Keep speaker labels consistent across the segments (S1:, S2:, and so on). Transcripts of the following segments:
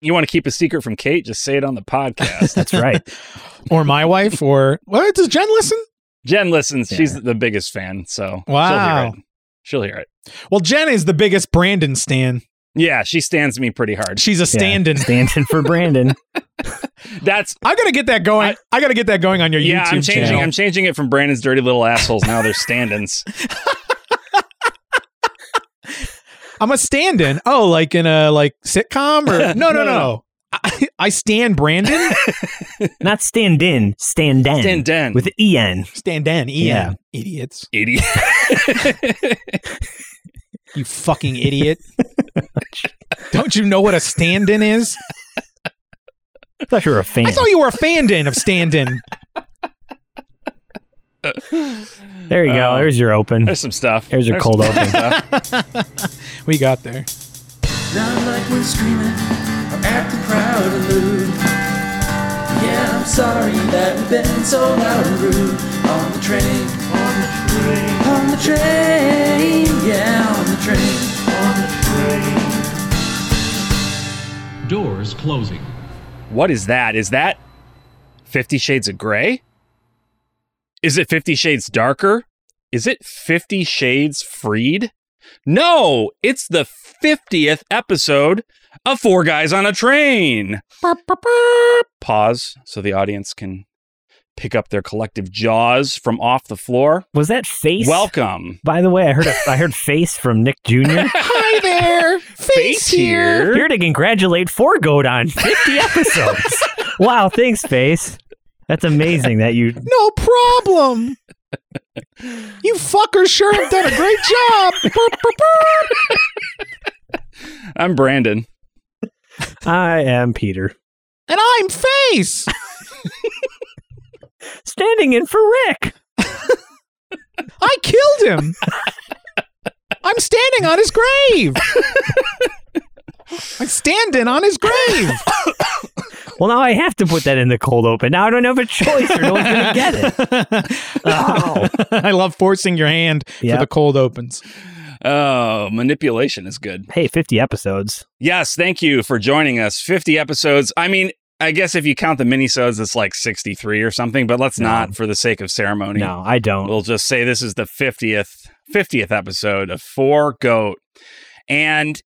S1: You want to keep a secret from Kate? Just say it on the podcast.
S2: That's right.
S3: or my wife, or what? Does Jen listen?
S1: Jen listens.
S2: Yeah.
S1: She's the biggest fan. So
S3: Wow.
S1: she'll hear it. She'll hear it.
S3: Well, Jen is the biggest Brandon stan.
S1: Yeah, she stands me pretty hard.
S3: She's a stand-in.
S2: Standing for Brandon.
S1: That's
S3: I gotta get that going. I, gotta get that going on your
S1: yeah.
S3: YouTube
S1: I'm changing.
S3: channel.
S1: I'm changing it from Brandon's dirty little assholes. Now they're stand-ins.
S3: I'm a stand-in. Oh, like in a like sitcom or no,
S1: No,
S3: no,
S1: no.
S3: no. I, I stand Brandon.
S2: Not stand in, stand in.
S1: Stand-in.
S2: With E en.
S3: Stand in, Ian.
S2: Yeah.
S3: Idiots.
S1: Idiot.
S3: You fucking idiot. Don't you know what a stand-in is?
S2: I thought you were a fan.
S3: I thought you were a fan-in of stand-in.
S2: there you go.
S1: Oh.
S2: There's your open.
S1: There's some stuff.
S2: There's your
S1: There's
S2: cold
S1: some
S2: open.
S1: stuff.
S3: We got there.
S4: Not like we're screaming or acting proud or lewd. Yeah, I'm sorry that we've been so loud and rude on the train. On the train. On the train. Yeah, on the train. On the train.
S5: Doors closing.
S1: What is that? Is that Fifty Shades of Grey? Is it Fifty Shades Darker? Is it Fifty Shades Freed? No, it's the 50th episode of Four Guys on a Train. Pause so the audience can pick up their collective jaws from off the floor.
S2: Was that face?
S1: Welcome.
S2: By the way, I heard a, I heard face from Nick Jr.
S3: Hi there.
S1: Face here.
S2: Here to congratulate Forgoat on 50 episodes. wow, thanks, Face. That's amazing that you.
S3: No problem. You fuckers sure have done a great job. Burp, burp, burp.
S1: I'm Brandon.
S2: I am Peter.
S3: and I'm face.
S2: Standing in for Rick.
S3: I killed him. I'm standing on his grave. I'm standing on his grave.
S2: Well, now I have to put that in the cold open. Now I don't have a choice or no one's going to get it. Oh.
S3: I love forcing your hand
S2: Yep.
S3: for the cold opens.
S1: Oh, manipulation is good.
S2: Hey, 50 episodes.
S1: Yes, thank you for joining us. 50 episodes. I mean, I guess if you count the minisodes, it's like 63 or something, but let's
S2: No.
S1: not for the sake of ceremony.
S2: No, I don't.
S1: We'll just say this is the 50th 50th episode of Four Goat. And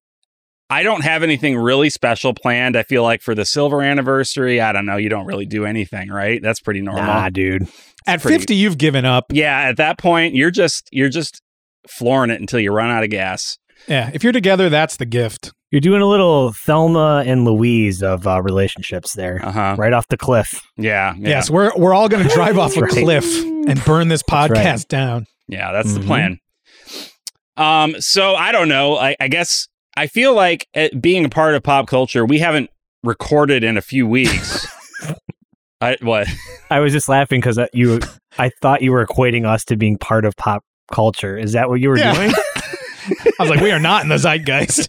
S1: I don't have anything really special planned. I feel like for the silver anniversary, I don't know, you don't really do anything, right? That's pretty normal.
S2: Nah, dude.
S3: At
S1: pretty-
S3: 50, you've given up.
S1: Yeah, at that point, you're just you're just flooring it until you run out of gas.
S3: Yeah. If you're together, that's the gift.
S2: You're doing a little Thelma and Louise of uh, relationships there.
S1: Uh-huh.
S2: Right off the cliff.
S1: Yeah. Yeah.
S3: Yes. We're, we're all going to drive off a
S2: Right.
S3: cliff and burn this podcast
S2: right.
S3: down.
S1: Yeah, that's the
S2: Mhm.
S1: plan. Um, so I don't know. I, I guess I feel like uh being a part of pop culture, we haven't recorded in a few weeks. I what?
S2: I was just laughing because you. I thought you were equating us to being part of pop culture. Is that what you were
S3: Yeah.
S2: doing?
S3: I was like, we are not in the zeitgeist.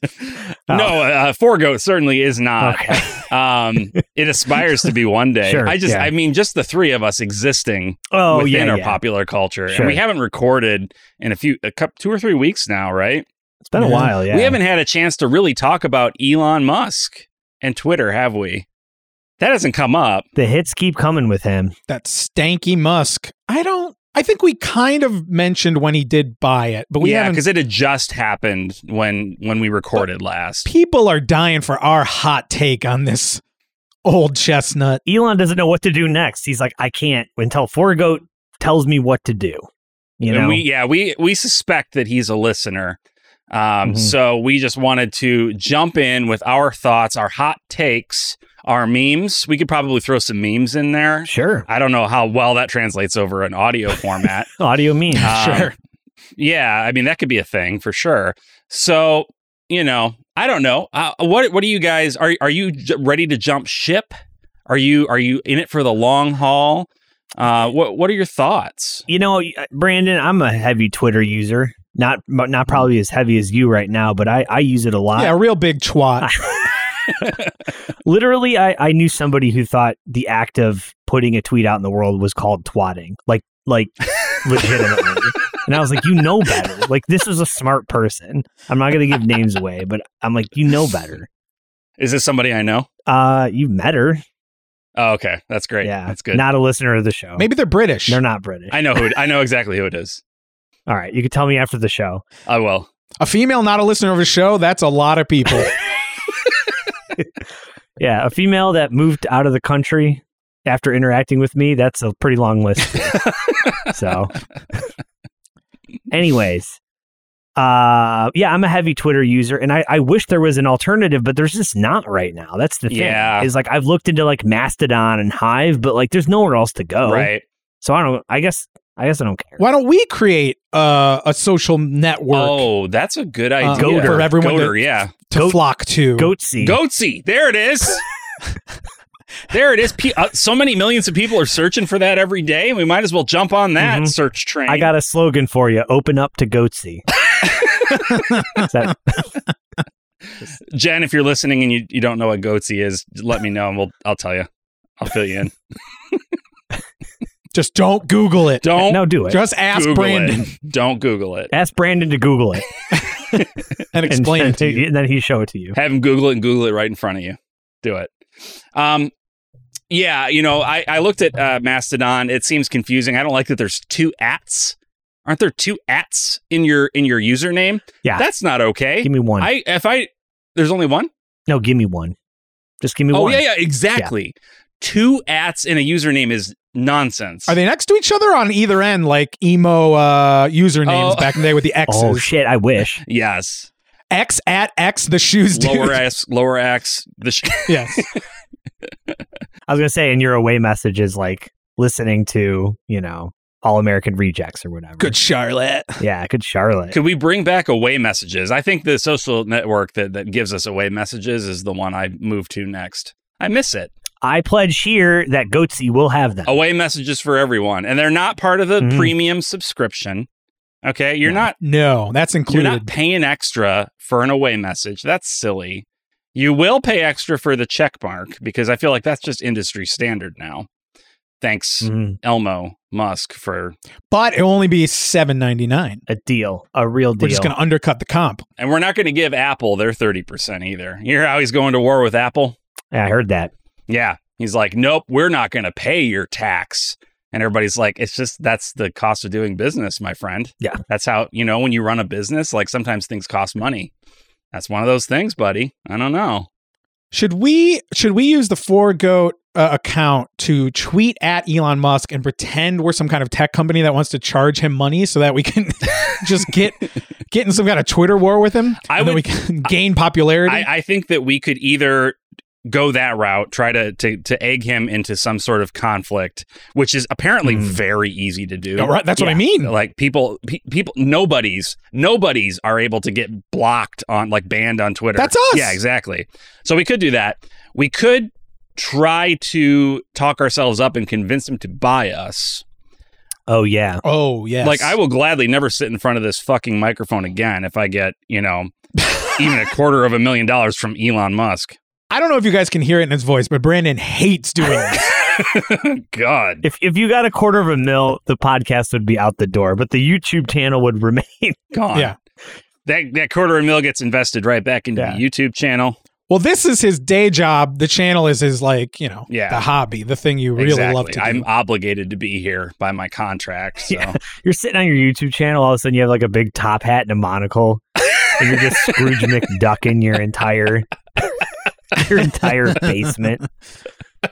S2: Oh.
S1: No, uh, Four Goat certainly is not.
S2: Okay.
S1: Um, it aspires to be one day.
S2: Sure,
S1: I just,
S2: yeah.
S1: I mean, just the three of us existing
S2: Oh,
S1: within
S2: yeah.
S1: our
S2: yeah.
S1: popular culture,
S2: Sure.
S1: and we haven't recorded in a few, a couple, two or three weeks now, right?
S2: It's been a
S3: Yeah.
S2: while, yeah.
S1: We haven't had a chance to really talk about Elon Musk and Twitter, have we? That hasn't come up.
S2: The hits keep coming with him.
S3: that stanky Musk. I don't. I think we kind of mentioned when he did buy it, but we
S1: yeah,
S3: haven't.
S1: because it had just happened when when we recorded last.
S3: People are dying for our hot take on this old chestnut.
S2: Elon doesn't know what to do next. He's like, I can't until Forgoat tells me what to do. You know,
S1: and we yeah, we we suspect that he's a listener. Um,
S3: Mm-hmm.
S2: Mhm.
S1: so we just wanted to jump in with our thoughts, our hot takes, our memes. We could probably throw some memes in there.
S2: sure.
S1: I don't know how well that translates over an audio format.
S2: Audio mean.
S1: Um, Yeah, I mean that could be a thing for sure. So you know, I don't know. Uh, what what do you guys are are you j- ready to jump ship? Are you are you in it for the long haul? Uh, what what are your thoughts?
S2: you know, uh, Brandon, I'm a heavy Twitter user. Not, but not probably as heavy as you right now, but I, I use it a lot.
S3: yeah, a real big twat.
S2: Literally, I, I knew somebody who thought the act of putting a tweet out in the world was called twatting. Like, like legitimately. and I was like, you know better. Like, this is a smart person. I'm not going to give names away, but I'm like, you know better.
S1: Is this somebody I know?
S2: Uh, you met her.
S1: Oh, okay, that's great.
S2: yeah,
S1: that's good.
S2: Not a listener of the show.
S3: Maybe they're British.
S2: they're not British.
S1: I know who. It, I know exactly who it is. Oh,
S2: All right, you can tell me after the show.
S1: I will.
S3: a female not a listener of a show, that's a lot of people.
S2: Yeah, a female that moved out of the country after interacting with me. That's a pretty long list. so, anyways, uh, yeah, I'm a heavy Twitter user, and I, I wish there was an alternative, but there's just not right now. That's the thing.
S1: Yeah.
S2: Is like I've looked into like Mastodon and Hive, but like there's nowhere else to go.
S1: Right.
S2: So I don't. I guess. I guess I don't care.
S3: Why don't we create uh, a social network
S1: Oh, that's a good idea.
S3: uh, for everyone
S1: Goater,
S3: to,
S1: yeah.
S3: to
S2: Goat-
S3: flock to?
S2: Goatsy.
S1: Goatsy. There it is. there it is. Pe- uh, so many millions of people are searching for that every day. We might as well jump on that
S2: Mhm.
S1: search train.
S2: I got a slogan for you. Open up to Goatsy. Is that-
S1: Jen. If you're listening and you, you don't know what Goatsy is, let me know and we'll I'll tell you. I'll fill you in.
S3: Just don't Google it.
S1: Don't
S2: no, do it.
S3: Just ask
S1: Google
S3: Brandon
S1: It. Don't Google it.
S2: Ask Brandon to Google it.
S3: and
S2: and-
S3: explain
S2: and,
S3: it to you.
S2: and then he show it to you.
S1: Have him Google it and Google it right in front of you. Do it. Um, yeah, you know, I, I looked at uh, Mastodon. It seems confusing. I don't like that. There's two ats. Aren't there two ats in your in your username?
S2: Yeah.
S1: that's not okay.
S2: Give me one.
S1: I if I there's only one.
S2: no, give me one. Just give me
S1: Oh
S2: one.
S1: yeah, yeah, exactly. Two ats in a username is nonsense.
S3: Are they next to each other on either end, like emo uh, usernames
S1: Oh.
S3: back in the day with the X's?
S2: Oh shit! I wish.
S1: Yes,
S3: X at X, the shoes dude.
S1: lower ass, lower axe. The sh-
S3: yes.
S2: I was gonna say, and your away message is like listening to you know All American Rejects or whatever.
S3: Good Charlotte.
S2: Yeah, good Charlotte.
S1: Could we bring back away messages? I think the social network that that gives us away messages is the one I move to next. I miss it.
S2: I pledge here that Goatsy will have
S3: Oh.
S2: them.
S1: Away messages for everyone, and they're not part of the
S3: Mm-hmm.
S2: Mm.
S1: premium subscription. Okay, you're
S2: No.
S1: not
S3: No, that's
S1: you're
S3: included.
S1: not paying extra for an away message. That's silly. You will pay extra for the check mark because I feel like that's just industry standard now. Thanks,
S2: Mm,
S1: Elmo Musk, for
S3: but it'll only be seven ninety nine.
S2: a deal, a real deal.
S3: We're just going to undercut the comp.
S1: and we're not going to give Apple their thirty percent either. You hear how he's going to war with Apple?
S2: yeah, I heard that.
S1: Yeah. He's like, nope, we're not going to pay your tax. And everybody's like, it's just that's the cost of doing business, my friend.
S2: Yeah.
S1: That's how, you know, when you run a business, like sometimes things cost money. That's one of those things, buddy. I don't know.
S3: Should we should we use the four goat uh, account to tweet at Elon Musk and pretend we're some kind of tech company that wants to charge him money so that we can just get get in some kind of Twitter war with him?
S1: I
S3: and then we
S1: would-
S3: can gain popularity.
S1: I, I think that we could either go that route, try to, to to egg him into some sort of conflict, which is apparently
S2: Mm.
S1: very easy to do.
S3: Yeah, Hmm. Oh, right, that's what I
S2: Yeah.
S3: mean.
S1: Like people, pe- people, nobodies, nobodies are able to get blocked on, like banned on Twitter.
S3: That's us.
S1: Yeah, exactly. So we could do that. We could try to talk ourselves up and convince them to buy us.
S2: Oh yeah,
S3: Oh yes.
S1: Like I will gladly never sit in front of this fucking microphone again if I get, you know, even a quarter of a million dollars from Elon Musk.
S3: I don't know if you guys can hear it in his voice, but Brandon hates doing this.
S1: God.
S2: if if you got a quarter of a mil, the podcast would be out the door, but the YouTube channel would remain.
S1: Gone.
S3: Yeah.
S1: That that quarter of a mil gets invested right back into
S2: Yeah.
S1: the YouTube channel.
S3: Well, this is his day job. The channel is his like, you know,
S1: Yeah.
S3: the hobby, the thing you really
S1: exactly.
S3: love to do.
S1: I'm obligated to be here by my contract. So
S2: You're sitting on your YouTube channel, all of a sudden you have like a big top hat and a monocle, and you're just Scrooge McDucking your entire your entire basement.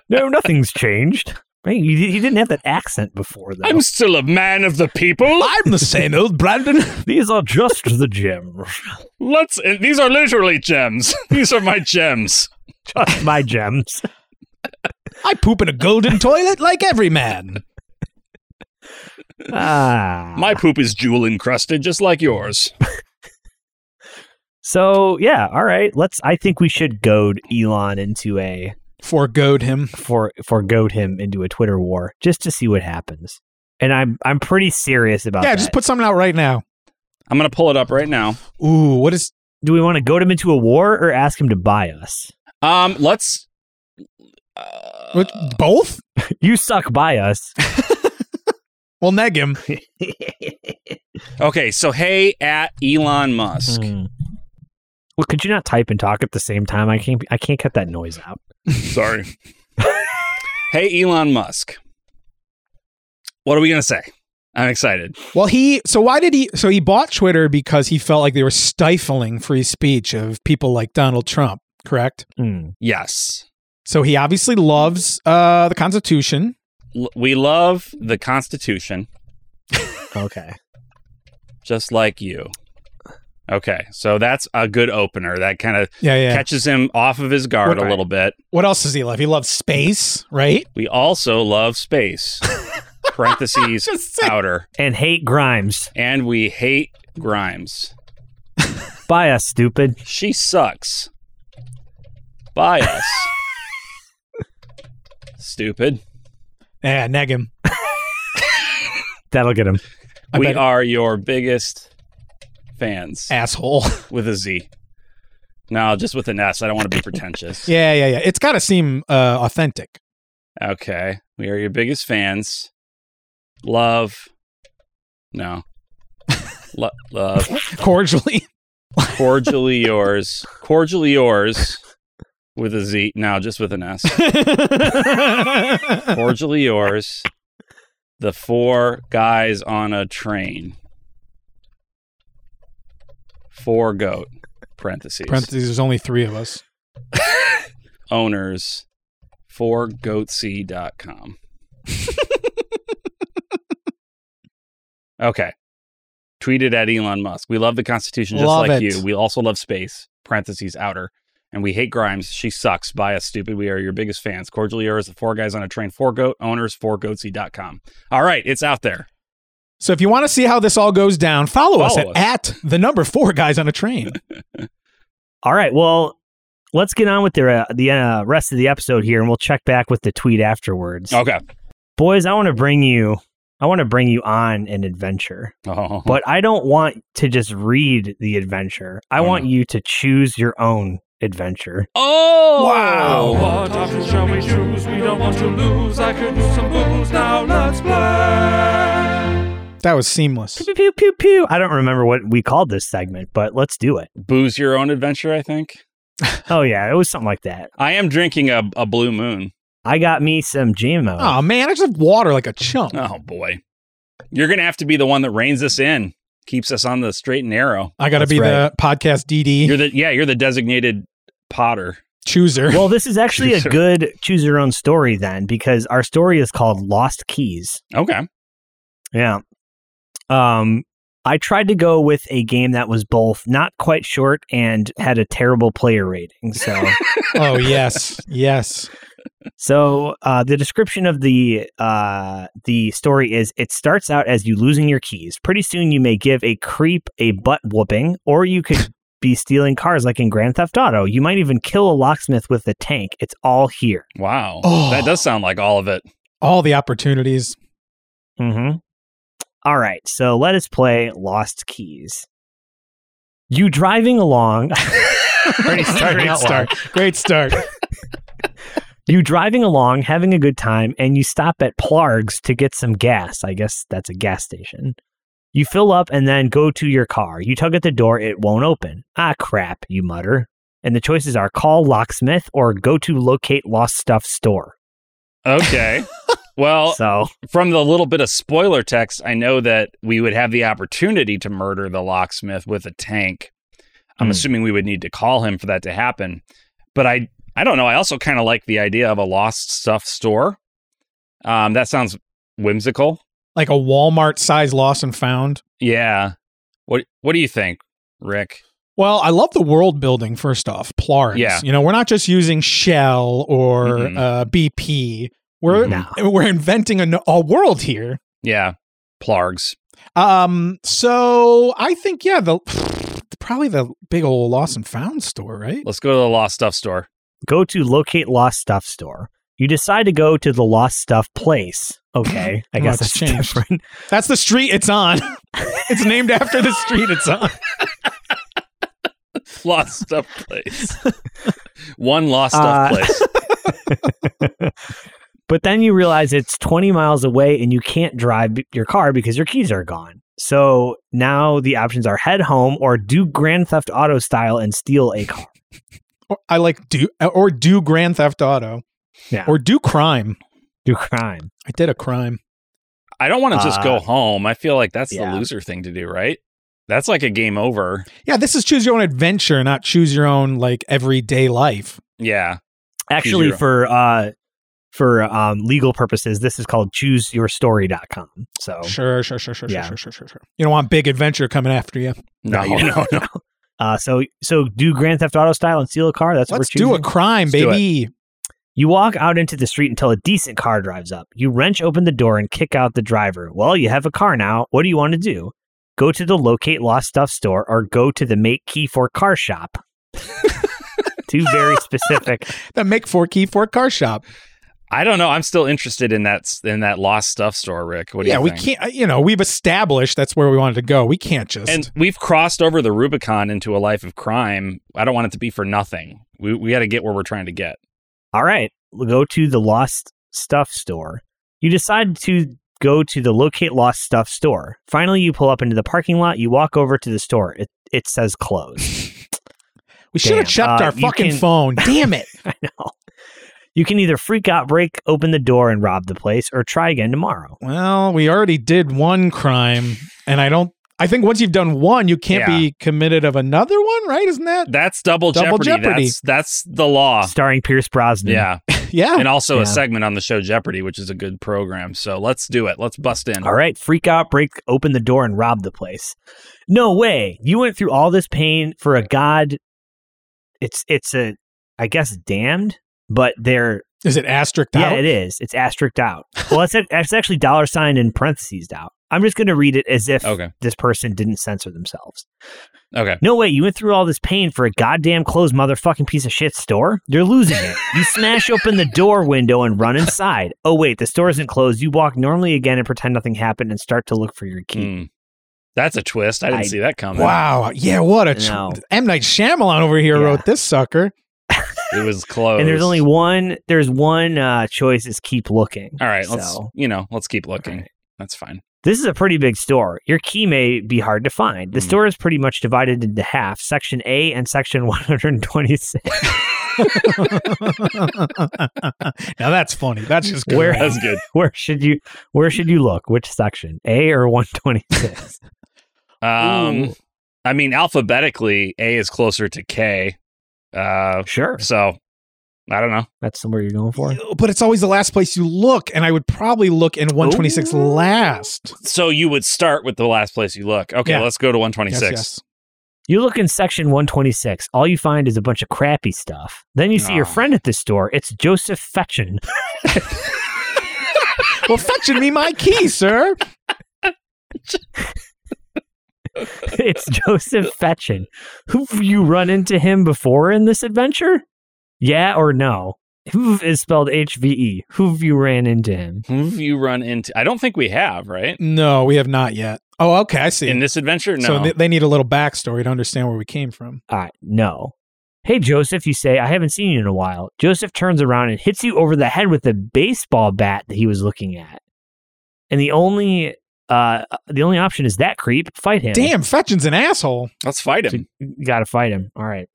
S2: No, nothing's changed. Right? You, you didn't have that accent before, though.
S1: I'm still a man of the people.
S3: I'm the same old Brandon.
S2: These are just the gems,
S1: Let's. uh, These are literally gems. These are my gems.
S2: just my gems.
S3: I poop in a golden toilet like every man.
S2: Ah,
S1: My poop is jewel encrusted, just like yours.
S2: so yeah, all right. Let's. I think we should goad Elon into a
S3: Forgoed him.
S2: for for goad him into a Twitter war just to see what happens. And I'm I'm pretty serious about
S3: yeah,
S2: that.
S3: just put something out right now.
S1: I'm gonna pull it up right now.
S3: Ooh, what is
S2: Do we want to goad him into a war or ask him to buy us?
S1: Um, let's. uh,
S3: what, both?
S2: You suck, buy us.
S3: Well, neg him.
S1: okay, so hey, at Elon Musk,
S2: Hmm. Well, could you not type and talk at the same time? I can't. I can't cut that noise out.
S1: Sorry. hey, Elon Musk. What are we going to say? I'm excited.
S3: Well, he so why did he so he bought Twitter because he felt like they were stifling free speech of people like Donald Trump, correct?
S2: Hmm.
S1: Yes.
S3: So he obviously loves uh the Constitution.
S1: L- we love the Constitution,
S2: Okay.
S1: just like you. Okay. So that's a good opener. That kind of
S3: Yeah, yeah.
S1: catches him off of his guard
S3: Right.
S1: a little bit.
S3: what else does he love? He loves space, right?
S1: We also love space. Parentheses
S3: Just say-
S1: outer.
S2: And hate Grimes.
S1: And we hate Grimes.
S2: Buy us, stupid.
S1: She sucks. Buy us. Stupid.
S3: Yeah, neg him.
S2: That'll get him.
S3: I
S1: we
S3: bet-
S1: are your biggest fans
S3: Asshole.
S1: with a Z. No, just with an S. I don't want to be pretentious.
S3: yeah, yeah, yeah. It's gotta seem uh authentic.
S1: Okay. We are your biggest fans. Love. No. Lo- love.
S3: Cordially.
S1: Cordially yours. Cordially yours with a Z. No, just with an S. Cordially yours. The four guys on a train. Four goat. Parentheses.
S3: Parentheses, there's only three of us.
S1: Owners. For goatsea.com. okay. Tweeted at Elon Musk. We love the Constitution just
S3: Love
S1: like
S3: it.
S1: you. We also love space. Parentheses outer. And we hate Grimes. She sucks. Buy us stupid. We are your biggest fans. Cordially yours, the four guys on a train, four goat owners, four goatsea.com. All right, it's out there.
S3: So if you want to see how this all goes down, follow, us, at,
S1: Follow
S3: at the number four guys on a train.
S2: All right. Well, let's get on with the uh, the uh, rest of the episode here, and we'll check back with the tweet afterwards.
S1: Okay.
S2: Boys, I want to bring you. I want to bring you on an adventure,
S1: Oh,
S2: but I don't want to just read the adventure. I
S1: Oh,
S2: want
S1: no.
S2: you to choose your own adventure.
S1: oh
S4: What option shall we choose? We don't want to lose. I could use some booze. Now let's play.
S3: That was seamless.
S2: Pew pew pew pew. I don't remember what we called this segment, but let's do it.
S1: Booze your own adventure, I think.
S2: Oh yeah, it was something like that.
S1: I am drinking a, a blue moon.
S2: I got me some GMO.
S3: Oh man, I just have water like a chump.
S1: Oh boy. You're gonna have to be the one that reins us in, keeps us on the straight and narrow.
S3: I got to
S2: That's
S3: be the podcast DD
S1: You're the yeah, you're the designated potter.
S3: chooser.
S2: Well, this is actually a
S1: Sure.
S2: good choose your own story then, because our story is called Lost Keys.
S1: Okay.
S2: Yeah. Um, I tried to go with a game that was both not quite short and had a terrible player rating. So,
S3: oh yes, yes.
S2: so uh, the description of the uh, the story is: it starts out as you losing your keys. Pretty soon, you may give a creep a butt whooping, or you could be stealing cars like in Grand Theft Auto. You might even kill a locksmith with a tank. It's all here.
S1: Wow.
S3: Oh.
S1: That does sound like all of it.
S3: All the opportunities.
S2: Mm-hmm. All right, so let us play Lost Keys. You driving along. Already starting out
S3: Great
S2: loud.
S3: start. Great start.
S2: You driving along, having a good time, and you stop at Plarg's to get some gas. I guess that's a gas station. You fill up and then go to your car. You tug at the door, it won't open. Ah, crap, you mutter. And the choices are call locksmith or go to locate lost stuff store.
S1: Okay.
S3: Oh.
S1: well,
S2: So,
S1: from the little bit of spoiler text, I know that we would have the opportunity to murder the locksmith with a tank. I'm
S2: Hmm.
S1: assuming we would need to call him for that to happen. But I I don't know. I also kind of like the idea of a lost stuff store. Um, that sounds whimsical.
S3: Like a Walmart size lost and found.
S1: Yeah. What What do you think, Rick?
S3: Well, I love the world building. First off, Plargs.
S1: Yeah.
S3: You know, we're not just using Shell or
S1: Mhm.
S3: uh, BP. We're
S2: no.
S3: we're inventing a, no- a world here
S1: Yeah, Plargs.
S3: Um, so I think yeah, the probably the big old lost and found store, right?
S1: Let's go to the lost stuff store.
S2: go to locate lost stuff store. You decide to go to the lost stuff place. Okay, I
S3: Oh,
S2: guess that's
S3: it's changed.
S2: different.
S3: That's the street it's on. it's named after the street it's on.
S1: Lost stuff place. One lost stuff
S2: Uh,
S1: place.
S2: But then you realize it's 20 miles away and you can't drive b- your car because your keys are gone. So now the options are head home or do Grand Theft Auto style and steal a car.
S3: Or, I like do or do Grand Theft Auto.
S2: Yeah.
S3: Or do crime.
S2: Do crime.
S3: I did a crime.
S1: I don't want to just go
S2: Uh,
S1: home. I feel like that's
S2: yeah.
S1: the loser thing to do, right? That's like a game over.
S3: Yeah, this is choose your own adventure, not choose your own like everyday life.
S1: Yeah.
S2: Actually
S1: your-
S2: for uh for um legal purposes, this is called chooseyourstory.com. So
S3: Sure, sure, sure, sure,
S2: Yeah.
S3: sure, sure, sure, sure. You don't want big adventure coming after you.
S1: No,
S2: you
S1: no, no.
S2: uh so so do Grand Theft Auto style and steal a car. That's
S3: Let's
S2: what we're
S3: do a
S2: choosing.
S3: crime,
S1: do it.
S3: baby.
S2: You walk out into the street until a decent car drives up. You wrench open the door and kick out the driver. Well, you have a car now. What do you want to do? Go to the locate lost stuff store or go to the make key for car shop. Two very specific.
S3: That make four key for a car shop.
S1: I don't know. I'm still interested in that in that lost stuff store, Rick. What do
S3: yeah,
S1: you
S3: we
S1: think?
S3: can't. uh, You know, we've established that's where we wanted to go. We can't just.
S1: And we've crossed over the Rubicon into a life of crime. I don't want it to be for nothing. We we got to get where we're trying to get.
S2: All right, we'll go to the lost stuff store. You decide to go to the locate lost stuff store. Finally, you pull up into the parking lot. You walk over to the store. It it says closed.
S3: we should
S2: damn,
S3: have checked
S2: uh,
S3: our
S2: you
S3: fucking
S2: can-
S3: phone. Damn it!
S2: I know. You can either freak out, break open the door, and rob the place, or try again tomorrow.
S3: Well, we already did one crime, and I don't. I think once you've done one, you can't
S1: Yeah.
S3: be committed of another one, right? Isn't that?
S1: That's double,
S3: Double Jeopardy.
S1: That's that's the law.
S2: Starring Pierce Brosnan.
S1: Ah. Yeah.
S3: Yeah.
S1: And also
S2: Yeah.
S1: a segment on the show Jeopardy, which is a good program. So let's do it. Let's bust in.
S2: All right, freak out, break open the door, and rob the place. No way. You went through all this pain for a god. It's it's a, I guess, damned, but they're
S3: Is it asterisked
S2: yeah,
S3: out?
S2: it is. It's asterisked out. Well, it's it's actually dollar sign and parentheses out. I'm just going to read it as if
S1: Okay.
S2: this person didn't censor themselves.
S1: Okay.
S2: No way, you went through all this pain for a goddamn closed motherfucking piece of shit store? You're losing it. You smash open the door window and run inside. Oh, wait, the store isn't closed. You walk normally again and pretend nothing happened and start to look for your key.
S1: Mm. That's a twist. I didn't
S2: I-
S1: see that coming.
S3: Wow. Yeah. What a tw-
S2: No.
S3: M Night Shyamalan over here
S2: Yeah.
S3: wrote this sucker.
S1: It was close.
S2: And there's only one, there's one uh, choice is keep looking.
S1: All right, let's
S2: So-
S1: you know, let's keep looking.
S2: Right.
S1: That's fine.
S2: This is a pretty big store. Your key may be hard to find. The
S1: Mm.
S2: store is pretty much divided into half, section A and section 126.
S3: now that's funny. That's just good.
S2: Where-
S1: That's good.
S2: where should you where should you look? Which section? A or 126?
S1: Um
S2: Ooh.
S1: I mean alphabetically A is closer to K. Uh
S2: sure.
S1: so I don't know.
S2: That's somewhere you're going for.
S3: Uh, But it's always the last place you look, and I would probably look in 126
S2: Ooh.
S3: last.
S1: So you would start with the last place you look. Okay,
S3: Yeah.
S1: let's go to 126.
S3: Yes, yes.
S2: You look in section 126. All you find is a bunch of crappy stuff. Then you see your
S1: Aw.
S2: friend at the store. It's Joseph Fetchin.
S3: Well, fetching me my key, sir.
S2: it's Joseph Fetchin. Who you run into him before in this adventure? Yeah or no? Who is spelled H V E? Who've you ran into him?
S1: Who have you run into? I don't think we have, right?
S3: No, we have not yet. Oh, okay. I see.
S1: In this adventure? No.
S3: So they, they need a little backstory to understand where we came from.
S2: Uh, no. Hey, Joseph, you say, I haven't seen you in a while. Joseph turns around and hits you over the head with the baseball bat that he was looking at. And the only uh the only option is that creep, fight him.
S3: Damn, fetching's an asshole.
S1: let's fight
S2: So
S1: him.
S2: you got to fight him. All right.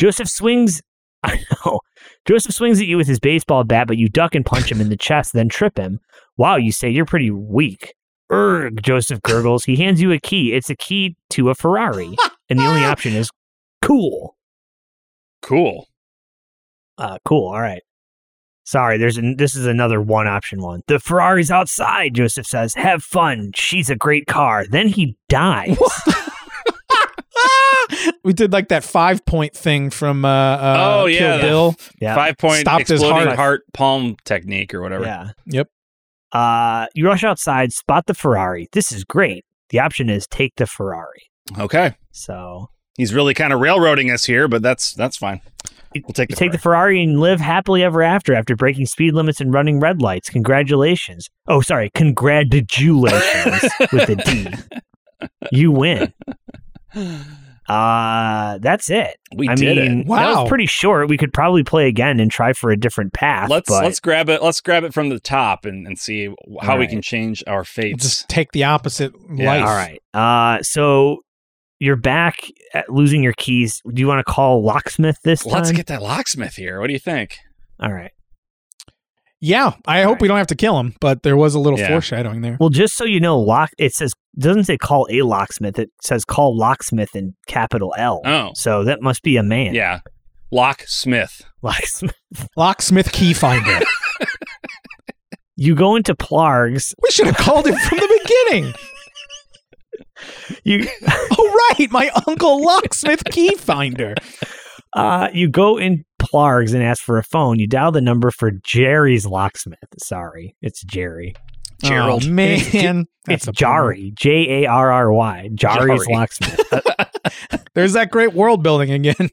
S2: Joseph swings. I know. Joseph swings at you with his baseball bat, but you duck and punch him in the chest, then trip him. Wow, you say you're pretty weak. Erg, Joseph gurgles. He hands you a key. It's a key to a Ferrari. And the only option is cool.
S1: Cool.
S2: Uh, cool. All right. Sorry, there's an, this is another one option one. The Ferrari's outside, Joseph says. Have fun. She's a great car. Then he dies.
S3: Ah! we did like that five point thing from uh, uh
S1: Oh, yeah,
S3: Kill
S1: that-
S3: Bill.
S2: Yeah.
S1: Five point
S3: Stopped his
S1: exploding
S3: heart.
S1: heart. palm technique or whatever.
S2: Yeah.
S3: Yep.
S2: Uh, you rush outside, spot the Ferrari. This is great. The option is take the Ferrari.
S1: Okay.
S2: So
S1: He's really kind of railroading us here, but that's that's fine. We'll take
S2: you
S1: the
S2: take the
S1: Ferrari.
S2: Ferrari and live happily ever after after breaking speed limits and running red lights. Congratulations. Oh, sorry. Congratulations with the D. You win. Uh, that's it.
S1: We
S2: I
S1: did
S2: mean,
S1: it.
S2: that
S3: Wow.
S2: was pretty short. We could probably play again and try for a different path.
S1: Let's
S2: but
S1: let's grab it. Let's grab it from the top and, and see how we
S2: Right.
S1: can change our fates.
S3: Just take the opposite
S1: Yeah.
S3: life.
S2: all right. Uh, so you're back at losing your keys. Do you want to call locksmith this time?
S1: Let's get that locksmith here. What do you think?
S2: all right.
S3: Yeah, I hope we don't have to kill him, but there was a little
S1: Yeah.
S3: foreshadowing there.
S2: Well, just so you know, lock. It says doesn't say call a locksmith. It says call locksmith in capital L.
S1: Oh,
S2: So that must be a man.
S1: yeah, locksmith.
S2: Locksmith.
S3: Locksmith key finder.
S2: You go into Plargs.
S3: we should have called him from the beginning.
S2: You
S3: Oh right, my uncle locksmith key finder.
S2: uh, you go in Plargs and ask for a phone. You dial the number for Jerry's locksmith. Sorry, it's Jerry.
S1: Gerald.
S3: oh, man,
S2: It's
S3: a bummer.
S2: Jari. J A R R Y. Jari's
S1: Jari.
S2: locksmith.
S3: There's that great world building again.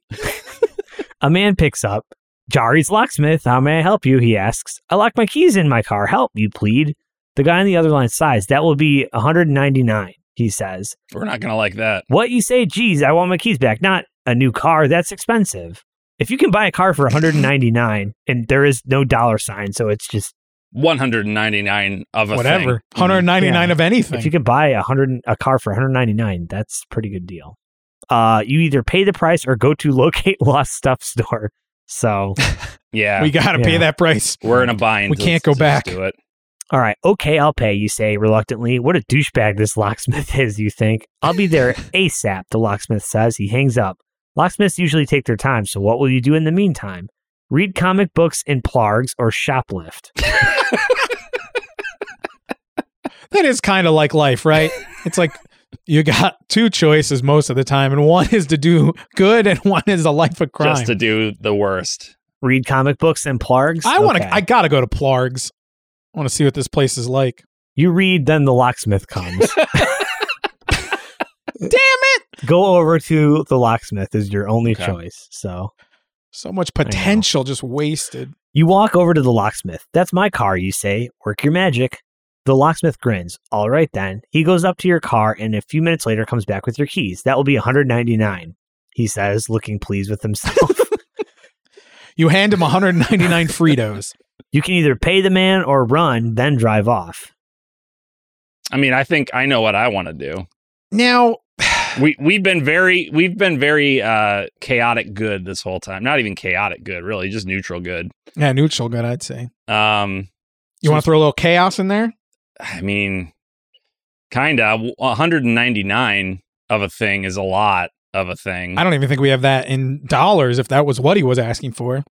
S2: A man picks up. Jari's locksmith. How may I help you? He asks. I locked my keys in my car. Help, you plead. The guy on the other line sighs. That will be 199. He says.
S1: We're not gonna like that.
S2: What you say? Geez, I want my keys back. Not a new car. That's expensive. If you can buy a car for 199 and there is no dollar sign, so it's just
S1: One hundred and ninety nine of a
S3: Whatever.
S1: thing. Mm-hmm.
S3: 199
S2: Mm-hmm. Yeah.
S3: of anything.
S2: if you can buy a hundred a car for 199, that's a pretty good deal. Uh, you either pay the price or go to locate lost stuff store. So,
S1: Yeah,
S3: we got to pay
S2: Yeah.
S3: that price.
S1: we, are in a bind.
S3: We
S1: Let's-
S3: can't go
S1: let's just
S3: back.
S1: Do it.
S2: all right, okay, I'll pay. You say reluctantly. What a douchebag this locksmith is. You think I'll be there asap? The locksmith says. He hangs up. Locksmiths usually take their time. So, what will you do in the meantime? Read comic books in plargs or shoplift.
S3: That is kind of like life, right? it's like you got two choices most of the time, and one is to do good, and one is a life of crime.
S1: Just to do the worst.
S2: Read comic books in plargs.
S3: I want to.
S2: Okay.
S3: I gotta go to Plargs. I want to see what this place is like.
S2: You read, then the locksmith comes.
S3: Damn it!
S2: go over to the locksmith is your only
S1: Okay.
S2: choice. So
S3: So much potential just wasted.
S2: you walk over to the locksmith. That's my car, you say. Work your magic. The locksmith grins. All right, then. He goes up to your car and a few minutes later comes back with your keys. That will be 199, he says, looking pleased with himself.
S3: You hand him 199 Fritos.
S2: you can either pay the man or run, then drive off.
S1: I mean, I think I know what I want to do.
S3: Now,
S1: We we've been very we've been very uh chaotic good this whole time. Not even chaotic good, really, just neutral good.
S3: yeah, neutral good, I'd say.
S1: Um,
S3: You want to throw a little chaos in there?
S1: I mean, kind of 199 of a thing is a lot of a thing.
S3: I don't even think we have that in dollars. If that was what he was asking for,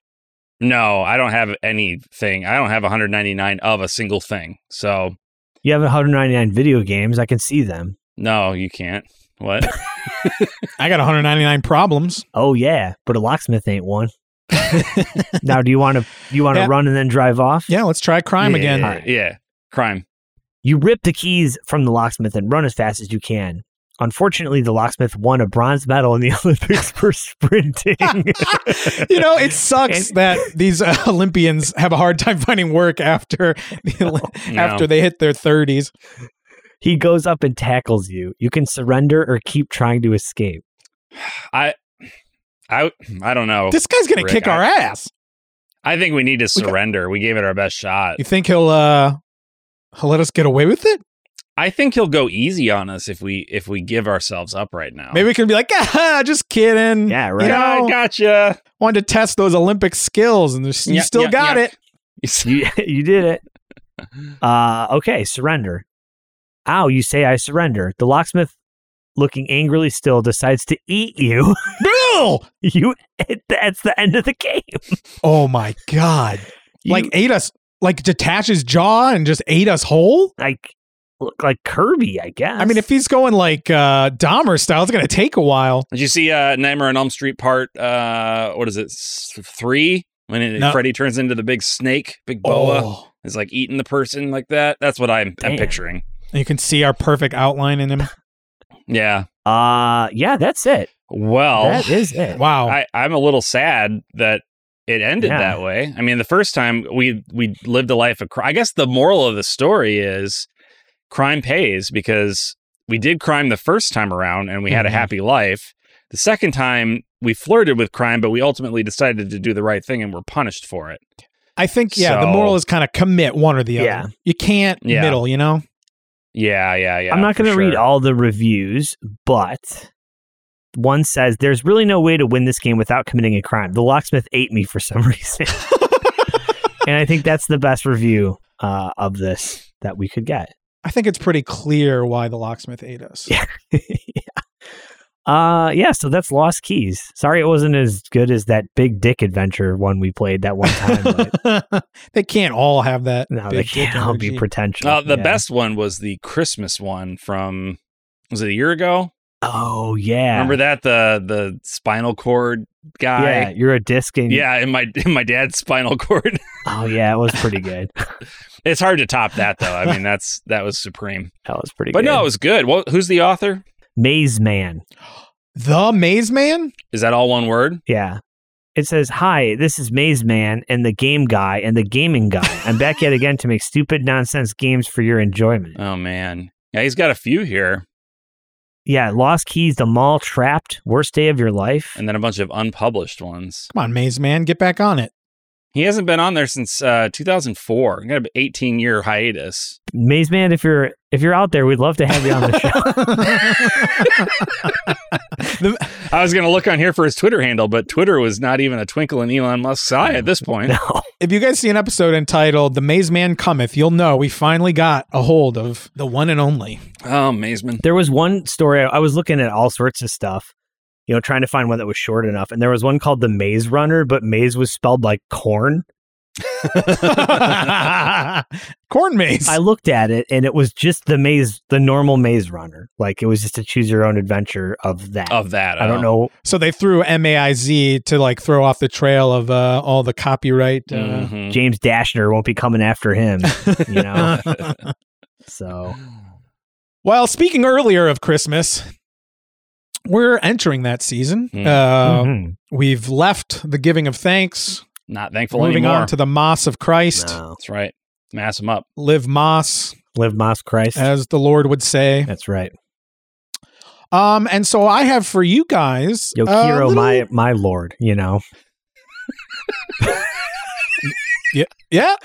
S1: no, I don't have anything. I don't have 199 of a single thing. So,
S2: You have 199 video games. I can see them.
S1: no, you can't. What?
S3: I got 199 problems.
S2: Oh yeah, but a locksmith ain't one. now, do you want to you want to
S3: Yeah.
S2: run and then drive off?
S3: Yeah, let's try crime
S1: Yeah,
S3: again.
S1: Yeah, yeah. crime.
S2: You rip the keys from the locksmith and run as fast as you can. Unfortunately, the locksmith won a bronze medal in the Olympics for sprinting.
S3: you know, it sucks
S2: And-
S3: that these uh, Olympians have a hard time finding work after the, Oli-
S1: No.
S3: after they hit their 30s.
S2: he goes up and tackles you. You can surrender or keep trying to escape.
S1: I I I don't know.
S3: This guy's gonna
S1: Oh, Rick,
S3: kick
S1: I-
S3: our ass.
S1: I think we need to
S3: We got-
S1: surrender. We gave it our best shot.
S3: You think he'll uh he'll let us get away with it?
S1: I think he'll go easy on us if we if we give ourselves up right now.
S3: Maybe we can be like, ah, just kidding.
S2: Yeah,
S3: You
S2: right.
S3: know,
S1: Ah, gotcha.
S3: wanted to test those Olympic skills, and there's, you
S1: Yeah,
S3: still
S1: yeah,
S3: got
S1: yeah.
S3: it.
S2: You, you did it. Uh, okay, surrender. Ow, you say I surrender. The locksmith, looking angrily still, decides to eat you.
S3: No.
S2: you that's the end of the game.
S3: Oh my god!
S2: You-
S3: like ate us. Like detached his jaw and just ate us whole.
S2: like look like Kirby, I guess.
S3: I mean, if he's going like uh Dahmer style, it's gonna take a while.
S1: Did you see uh Nightmare on Elm Street part uh what is it? s- 3 when it,
S3: No.
S1: Freddy turns into the big snake, big boa.
S3: Oh.
S1: Is like eating the person like that. That's what I'm I'm
S2: Damn.
S1: picturing.
S3: And you can see our perfect outline in him.
S1: Yeah.
S2: uh yeah, that's it.
S1: Well,
S2: That is it.
S3: Wow.
S1: I, I'm a little sad that it ended
S2: Oh. Yeah.
S1: that way. I mean, the first time we we lived a life of crime. I guess the moral of the story is crime pays because we did crime the first time around and we had a
S2: Mhm.
S1: happy life. The second time we flirted with crime, but we ultimately decided to do the right thing and were punished for it.
S3: I think yeah, the
S1: So-
S3: moral is kind of commit one or the other.
S2: Yeah.
S3: You can't
S1: Yeah.
S3: middle, you know?
S1: Yeah, yeah, yeah.
S2: I'm not
S1: for
S2: going to read
S1: sure.
S2: all the reviews, but one says there's really no way to win this game without committing a crime. The locksmith ate me for some reason. and I think that's the best review uh, of this that we could get.
S3: I think it's pretty clear why the locksmith ate us.
S2: Yeah. yeah. Uh, yeah, so that's Lost Keys. Sorry it wasn't as good as that Big Dick Adventure one we played that one time. But
S3: they can't all have that.
S2: no, they
S3: big dick
S2: can't all be
S3: energy.
S2: pretentious.
S1: Uh, the
S2: Yeah.
S1: best one was the Christmas one from was it a year ago?
S2: Oh, yeah.
S1: Remember that the the spinal cord
S2: Yeah,
S1: guy?
S2: you're a disc and
S1: Yeah, in my in my dad's spinal cord.
S2: Oh, yeah, it was pretty good.
S1: it's hard to top that though. I mean, that's that was supreme.
S2: That was pretty
S1: But
S2: good.
S1: no, it was good. Well, who's the author?
S2: Maze Man.
S3: The Maze Man?
S1: Is that all one word?
S2: Yeah. It says, Hi, this is Maze Man and the game guy and the gaming guy. I'm back yet again to make stupid nonsense games for your enjoyment.
S1: Oh man. Yeah, he's got a few here
S2: Yeah, Lost Keys, The Mall Trapped, Worst Day of Your Life.
S1: and then a bunch of unpublished ones.
S3: Come on, Maze Man, get back on it.
S1: He hasn't been on there since uh 2004. He got an 18 year hiatus.
S2: Maze Man, if you're if you're out there, we'd love to have you on the show.
S1: I was going to look on here for his Twitter handle, but Twitter was not even a twinkle in Elon Musk's eye at this point.
S2: No.
S3: if you guys see an episode entitled The Maze Man Cometh, you'll know we finally got a hold of the one and only.
S1: Oh, amazement.
S2: There was one story I was looking at all sorts of stuff, you know, trying to find one that was short enough. And there was one called The Maze Runner, but Maze was spelled like corn.
S3: Corn Maze.
S2: I looked at it and it was just the maze, the normal maze runner. Like it was just a choose your own adventure of that.
S1: Of that. oh. Mm-hmm.
S2: I don't know.
S3: so they threw M A I Z to like throw off the trail of uh, all the copyright. Uh,
S1: Mhm.
S2: James Dashner won't be coming after him, you know? so
S3: Well, speaking earlier of Christmas, we're entering that season.
S1: Hmm.
S3: Uh,
S2: mhm.
S3: We've left the giving of thanks,
S1: Not thankful
S3: moving
S1: anymore.
S3: on to the Moss of Christ.
S2: No.
S1: That's right. Mass him up.
S3: Live Moss,
S2: live Moss Christ.
S3: as the Lord would say.
S2: That's right.
S3: Um, and so I have for you guys.
S2: Yo,
S3: a
S2: Kiro,
S3: uh, little-
S2: my, my lord, you know?
S3: yeah,
S1: Yeah.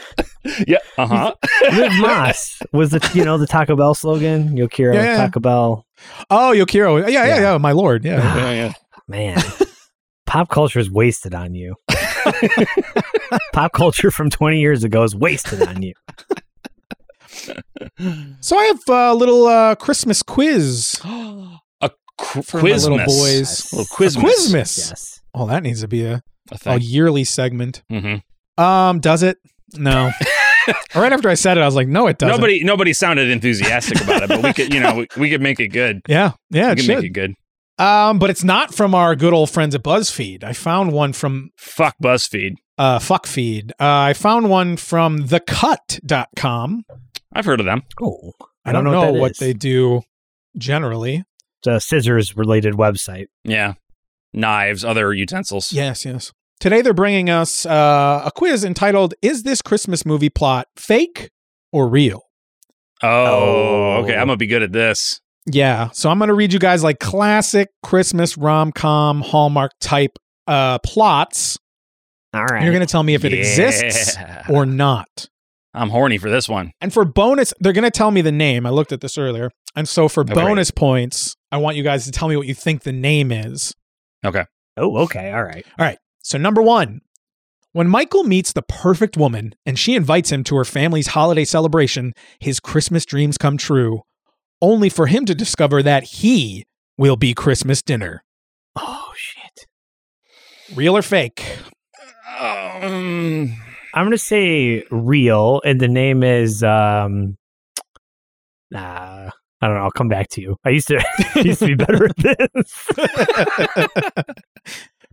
S1: Uh huh.
S2: Live Moss was the, you know, the Taco Bell slogan. Yo, Kiro,
S3: Yeah, yeah.
S2: Taco Bell.
S3: oh, Yokiro, yeah, yeah,
S2: Yeah.
S3: yeah, my Lord, yeah.
S2: Man, pop culture is wasted on you. pop culture from 20 years ago is wasted on you.
S3: So I have a little uh, Christmas quiz
S1: a qu-
S3: for my
S1: quiz
S3: little boys.
S2: Yes.
S1: little quiz.
S3: Quizmas.
S2: Yes.
S3: Oh, that needs to be a, a yearly segment.
S1: hmm
S3: Um, does it? No. right after I said it, I was like, no, it doesn't.
S1: Nobody, nobody sounded enthusiastic about it, but we could, you know, we, we could make it good.
S3: Yeah, yeah,
S1: we
S3: it
S1: could
S3: should.
S1: make it good.
S3: Um, but it's not from our good old friends at BuzzFeed. I found one from
S1: Fuck BuzzFeed.
S3: uh, FuckFeed. Uh, I found one from TheCut.com.
S1: I've heard of them.
S2: Oh,
S3: I don't, know, what,
S2: is.
S3: they do generally.
S2: It's a scissors related website.
S1: Yeah. Knives, other utensils.
S3: Yes, yes. Today they're bringing us uh, a quiz entitled "Is this Christmas movie plot fake or real?"
S1: Oh,
S2: Oh.
S1: okay. I'm gonna be good at this.
S3: Yeah. So I'm going to read you guys like classic Christmas rom com Hallmark type uh, plots.
S2: All
S3: And you're going to tell me if it exists
S1: Yeah.
S3: or not.
S1: I'm horny for this one.
S3: And for bonus, they're going to tell me the name. I looked at this earlier. And so for
S1: great.
S3: bonus points, I want you guys to tell me what you think the name is.
S2: oh, okay. All right.
S3: So, number one, when Michael meets the perfect woman and she invites him to her family's holiday celebration, his Christmas dreams come true, only for him to discover that he will be Christmas dinner.
S2: Oh shit.
S3: Real or fake?
S1: Um,
S2: I'm going to say real, and the name is um. Uh, I don't know. I'll come back to you. I used to I used to be better at this.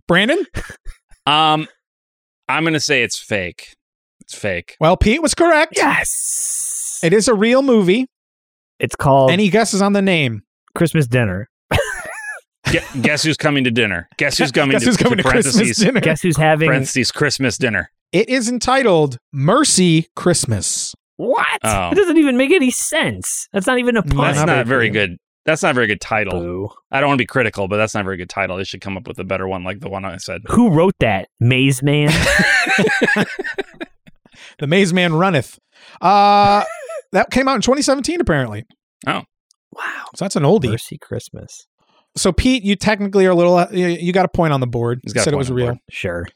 S3: Brandon?
S1: um, I'm gonna say it's fake. It's fake.
S3: Well, Pete was correct.
S2: Yes.
S3: It is a real movie.
S2: it's called
S3: Any guesses on the name?
S2: Christmas Dinner.
S1: Gu- guess who's coming to dinner? Guess who's coming?
S3: Guess
S1: to,
S3: who's coming to Christmas
S1: parentheses,
S3: dinner?
S2: Guess who's having
S1: parentheses Christmas dinner.
S3: It is entitled Mercy Christmas.
S2: what?
S1: Oh.
S2: It doesn't even make any sense. That's not even a pun.
S1: That's
S3: not
S1: not very
S3: very good.
S1: good. That's not a very good title.
S2: Boo.
S1: I don't want to be critical, but that's not a very good title. They should come up with a better one, like the one I said.
S2: Who wrote that? Maze Man?
S3: The Maze Man Runneth. Uh, that came out in 2017, apparently.
S2: wow.
S3: So that's an oldie.
S2: Mercy Christmas.
S3: So Pete, you technically are a little. You, you got a point on the board.
S1: He's
S3: You
S1: got a
S3: said it
S1: point
S3: was
S1: on the
S3: real.
S1: board.
S2: Sure.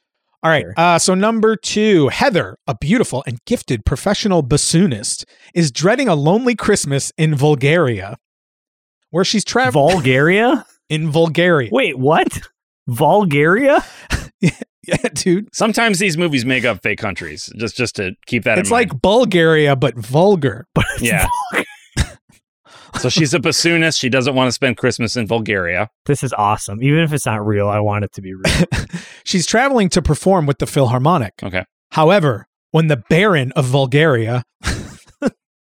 S3: All right.
S2: Sure.
S3: Uh, so number two, Heather, a beautiful and gifted professional bassoonist, is dreading a lonely Christmas in Bulgaria, where she's traveling
S2: Vulgaria?
S3: in Bulgaria.
S2: Wait, what? Vulgaria?
S3: Yeah, dude.
S1: Sometimes these movies make up fake countries, just just to keep that
S3: it's
S1: in mind.
S3: like Bulgaria, but vulgar.
S1: yeah. so she's a bassoonist. She doesn't want to spend Christmas in Bulgaria.
S2: This is awesome. Even if it's not real, I want it to be real.
S3: She's traveling to perform with the Philharmonic.
S1: Okay.
S3: However, when the Baron of Bulgaria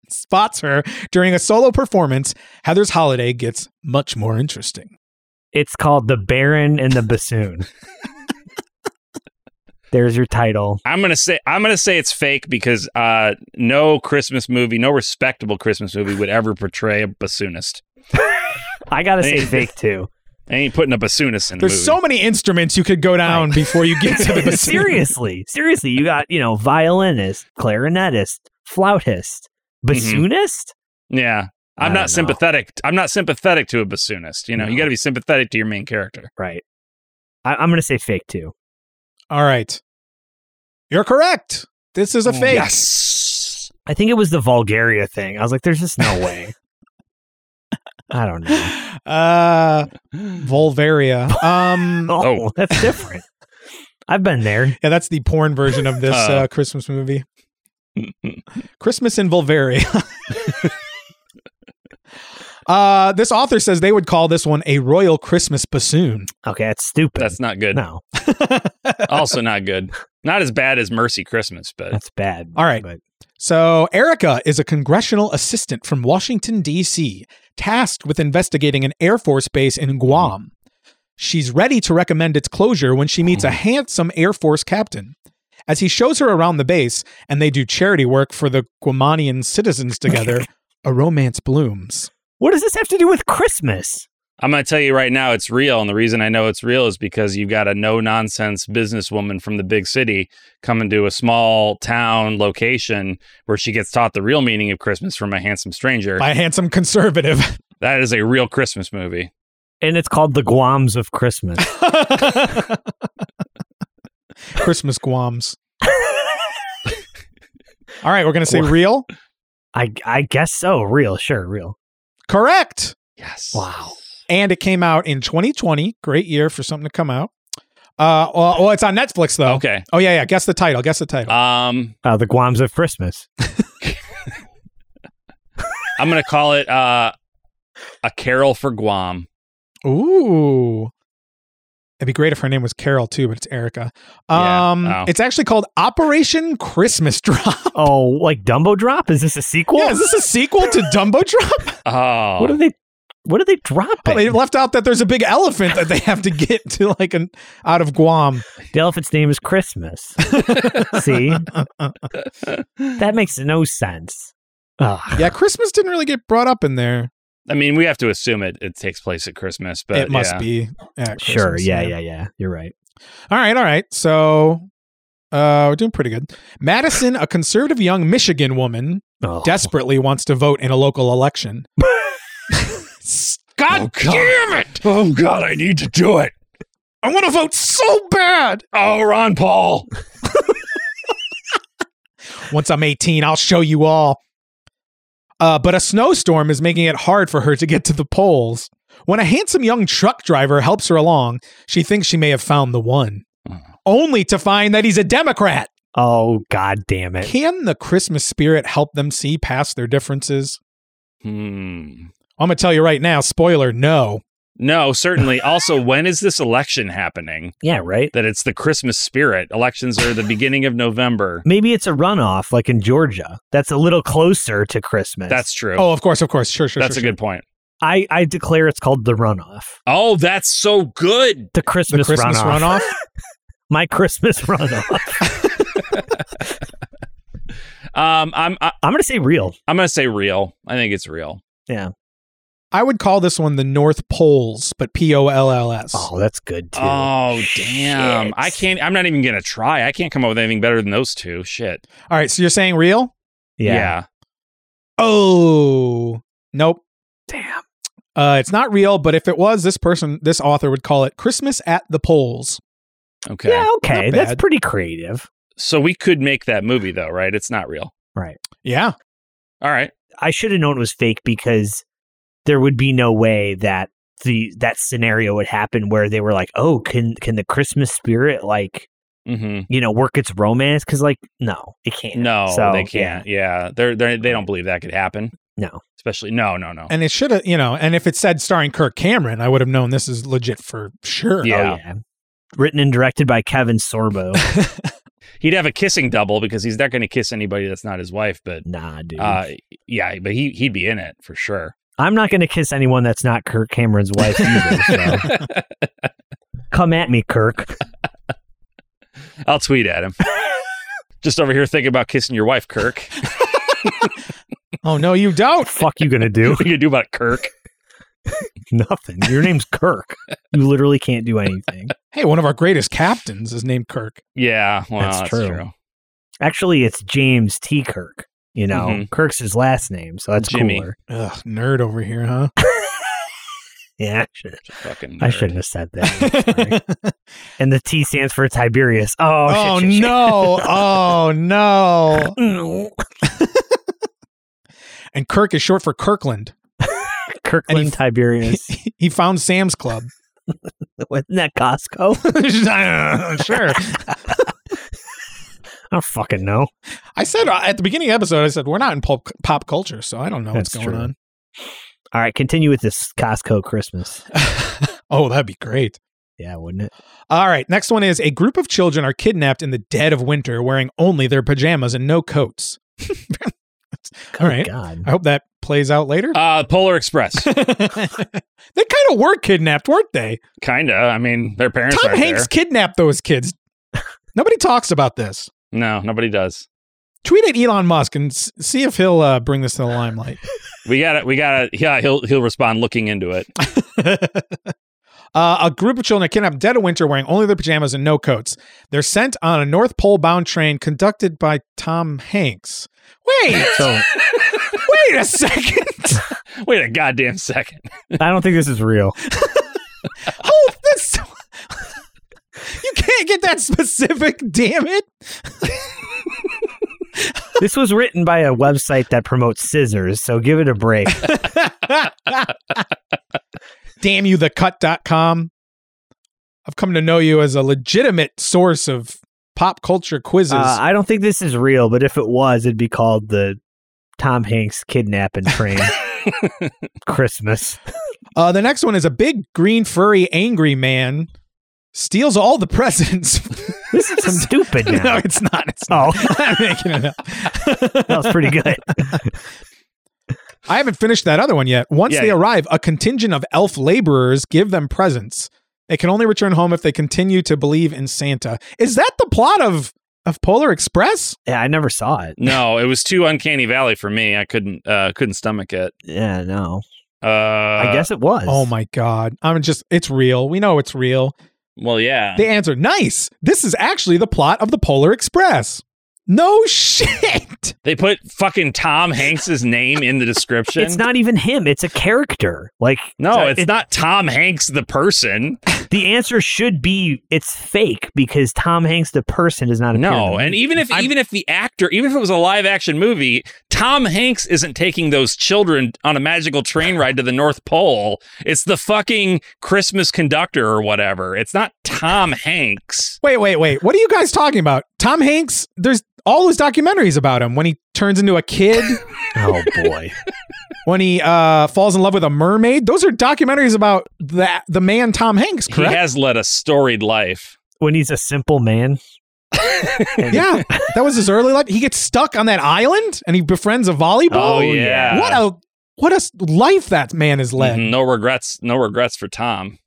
S3: spots her during a solo performance, Heather's holiday gets much more interesting.
S2: It's called The Baron and the Bassoon. There's your title.
S1: I'm gonna say I'm gonna say it's fake because uh, no Christmas movie, no respectable Christmas movie would ever portray a bassoonist.
S2: I gotta say
S1: Hey.
S2: fake too.
S1: I ain't putting a bassoonist in the
S3: There's
S1: movie.
S3: so many instruments you could go down before you get to the bassoon.
S2: seriously, seriously, you got you know violinist, clarinetist, flautist,
S3: Mm-hmm.
S2: bassoonist.
S1: yeah. I'm
S2: I don't know.
S1: not sympathetic. I'm not sympathetic to a bassoonist. You know, you
S2: No.
S1: got to be sympathetic to your main character.
S2: Right. I, I'm gonna say fake too.
S3: All right. You're correct. This is a fake.
S1: Yes.
S2: I think it was the Vulgaria thing. I was like, there's just no way. I don't know.
S3: Uh Volvaria. Um
S2: Oh,
S1: Oh.
S2: that's different. I've been there.
S3: yeah, that's the porn version of this
S1: Uh.
S3: uh, Christmas movie. Christmas in Volvaria. uh this author says they would call this one a royal Christmas bassoon.
S2: Okay, that's stupid.
S1: That's not good.
S2: no,
S1: Also not good. Not as bad as Mercy Christmas, but
S2: that's bad.
S3: All right.
S2: but
S3: So, Erica is a congressional assistant from Washington, D.C., tasked with investigating an Air Force base in Guam. She's ready to recommend its closure when she meets a handsome Air Force captain. As he shows her around the base and they do charity work for the Guamanian citizens together, a romance blooms.
S2: what does this have to do with Christmas?
S1: I'm going to tell you right now, it's real. And the reason I know it's real is because you've got a no nonsense businesswoman from the big city coming to a small town location where she gets taught the real meaning of Christmas from a handsome stranger.
S3: By a handsome conservative.
S1: That is a real Christmas movie.
S2: And it's called the Guams of Christmas.
S3: Christmas Guams. All right, we're going to say real.
S2: I I guess so. Real, sure, real.
S3: Correct.
S1: Yes.
S2: Wow.
S3: and it came out in 2020. Great year for something to come out. Uh, well, well, it's on Netflix though.
S1: Okay.
S3: Oh yeah, yeah. Guess the title. Guess the title.
S1: Um,
S2: Uh, the Guams of Christmas.
S1: I'm going to call it uh, A Carol for Guam. Uh,
S3: Ooh, it'd be great if her name was Carol too, but it's Erica.
S1: Yeah,
S3: Um,
S1: oh.
S3: it's actually called Operation Christmas Drop.
S2: Oh, like Dumbo Drop? Is this a sequel?
S3: yeah, is this a sequel to Dumbo Drop?
S1: Oh,
S2: What are they? What are they dropping?
S3: Oh, they left out that there's a big elephant that they have to get to like an out of Guam.
S2: the elephant's name is Christmas. See, that makes no sense. Ugh.
S3: Yeah, Christmas didn't really get brought up in there.
S1: I mean, we have to assume it, it takes place at Christmas, but
S3: it must
S1: yeah.
S3: be. at
S2: Sure.
S3: Christmas,
S2: Yeah, yeah, yeah. You're right.
S3: All right, all right. So uh we're doing pretty good. Madison, a conservative young Michigan woman,
S2: Oh.
S3: desperately wants to vote in a local election. God,
S1: Oh, God.
S3: damn it!
S1: Oh, God, I need to do it.
S3: I want to vote so bad.
S1: Oh, Ron Paul.
S3: Once I'm 18, I'll show you all. Uh, but a snowstorm is making it hard for her to get to the polls. When a handsome young truck driver helps her along, she thinks she may have found the one,
S1: Mm.
S3: only to find that he's a Democrat.
S2: Oh God damn it!
S3: Can the Christmas spirit help them see past their differences?
S1: Hmm.
S3: I'm gonna tell you right now, spoiler, no.
S1: No, certainly. also, when is this election happening?
S2: Yeah, right.
S1: That it's the Christmas spirit. Elections are the beginning of November.
S2: Maybe it's a runoff, like in Georgia. That's a little closer to Christmas.
S1: That's true.
S3: Oh, of course, of course, sure, sure.
S1: that's
S3: sure,
S1: a good point.
S2: I. I declare it's called the runoff.
S1: Oh, that's so good.
S2: The
S3: sure. the
S2: Christmas,
S3: Christmas
S2: runoff.
S3: runoff.
S2: My Christmas runoff.
S1: Um, I'm I, Um,
S2: I'm gonna say real.
S1: I'm gonna say real. I think it's real.
S3: I would call this one the North Poles, but P O L L S.
S2: Oh, that's good too.
S1: Oh damn! I can't. I'm not even gonna try. I can't come up with anything better than those two. Shit.
S3: All right, so you're saying real?
S2: yeah.
S3: Oh, nope.
S2: Damn.
S3: Uh, it's not real, but if it was, this person, this author would call it Christmas at the Poles.
S1: Yeah. Okay.
S2: Yeah. Okay.
S3: Not
S2: That's
S3: bad.
S2: pretty creative.
S1: So we could make that movie though, right? It's not real.
S3: Yeah.
S1: All right.
S2: I should have known it was fake because there would be no way that the that scenario would happen where they were like, "Oh, can can the Christmas spirit like
S1: Mm-hmm.
S2: you know work its romance?" Because like, no, it can't.
S1: No,
S2: So,
S1: they can't. Yeah, they're, they're they don't believe that could happen.
S2: No.
S1: Especially no, no, no.
S3: And it should have, you know, and if it said starring Kirk Cameron, I would have known this is legit for sure.
S2: Yeah. Oh,
S1: Yeah.
S2: yeah. Written and directed by Kevin Sorbo.
S1: He'd have a kissing double because he's not going to kiss anybody that's not his wife. But
S2: nah, dude.
S1: uh, yeah, but he he'd be in it for sure.
S2: I'm not going to kiss anyone that's not Kirk Cameron's wife either. So. Come at me, Kirk.
S1: I'll tweet at him. Just over here thinking about kissing your wife, Kirk.
S3: Oh, no, you don't.
S2: Fuck you going to do?
S1: what are you gonna do about it, Kirk?
S2: Nothing. Your name's Kirk. You literally can't do anything.
S3: Hey, one of our greatest captains is named Kirk.
S1: Yeah, well, that's,
S2: That's
S1: true.
S2: true. Actually, it's James T. Kirk. You know,
S1: Mhm.
S2: Kirk's his last name, so that's
S1: Jimmy.
S2: cooler.
S3: Ugh, nerd over here, huh?
S2: Oh, Yeah, I should-
S1: Fucking
S2: I
S1: nerd.
S2: shouldn't have said that. Sorry. and the T stands for Tiberius. Oh,
S3: oh,
S2: shit, shit, shit.
S3: no. Oh, no.
S2: No.
S3: And Kirk is short for Kirkland.
S2: Kirkland
S3: And he-
S2: Tiberius.
S3: He found Sam's Club.
S2: Wasn't that Costco?
S3: sure.
S2: I don't fucking know.
S3: I said uh, at the beginning of the episode, I said, we're not in pulp, pop culture, so I don't know what's
S2: That's
S3: going
S2: true. All right, continue with this Costco Christmas.
S3: on. oh, that'd be great.
S2: Yeah, wouldn't it?
S3: All right, next one is a group of children are kidnapped in the dead of winter wearing only their pajamas and no coats. All right.
S2: God.
S3: I hope that plays out later.
S1: Uh, Polar Express,
S3: they kind of were kidnapped, weren't they?
S1: kinda. I mean, their parents
S3: Tom
S1: aren't
S3: Hanks kidnapped those kids. Nobody talks about this.
S1: there. No, nobody does.
S3: Tweet at Elon Musk and s- see if he'll uh, bring this to the limelight.
S1: We got to We got to Yeah, he'll he'll respond looking into it.
S3: Uh, a group of children are kidnapped dead of winter wearing only their pajamas and no coats. They're sent on a North Pole bound train conducted by Tom Hanks. Wait,
S2: So
S3: wait a second.
S1: Wait a goddamn second.
S2: I don't think this is real.
S3: Hold this. You can't get that specific, damn it.
S2: This was written by a website that promotes scissors, so give it a break.
S3: damn you, thecut.com. I've come to know you as a legitimate source of pop culture quizzes.
S2: Uh, I don't think this is real, but if it was, it'd be called the Tom Hanks kidnapping train Christmas.
S3: Uh, the next one is a big green furry angry man steals all the presents.
S2: This is just stupid
S3: no,
S2: now.
S3: it's not. It's not.
S2: Oh,
S3: I'm making it up.
S2: that was pretty good.
S3: I haven't finished that other one yet. Once
S1: Yeah.
S3: they arrive, a contingent of elf laborers give them presents. They can only return home if they continue to believe in Santa. Is that the plot of of Polar Express?
S2: Yeah, I never saw it.
S1: No, it was too uncanny valley for me. I couldn't uh couldn't stomach it.
S2: Yeah, no.
S1: Uh
S2: I guess it was.
S3: Oh my god. I'm just it's real. We know it's real.
S1: Well, yeah.
S3: They answer, "Nice. This is actually the plot of the Polar Express." No shit.
S1: They put fucking Tom Hanks's name in the description.
S2: It's not even him. It's a character. Like
S1: No, it's
S2: it-
S1: not Tom Hanks the person.
S2: The answer should be it's fake because Tom Hanks the person does not appear.
S1: No,
S2: in
S1: and even if even if the actor, even if it was a live action movie, Tom Hanks isn't taking those children on a magical train ride to the North Pole. It's the fucking Christmas conductor or whatever. It's not Tom Hanks.
S3: Wait, wait, wait. What are you guys talking about? Tom Hanks, there's all those documentaries about him when he turns into a kid,
S2: oh boy.
S3: when he uh, falls in love with a mermaid. Those are documentaries about that the man Tom Hanks,
S1: He
S3: correct?
S1: has led a storied life.
S2: when he's a simple man. And-
S3: Yeah. that was his early life. He gets stuck on that island and he befriends a volleyball.
S1: Oh, yeah.
S3: What a what a s- life that man has led.
S1: Mhm, No regrets. No regrets for Tom.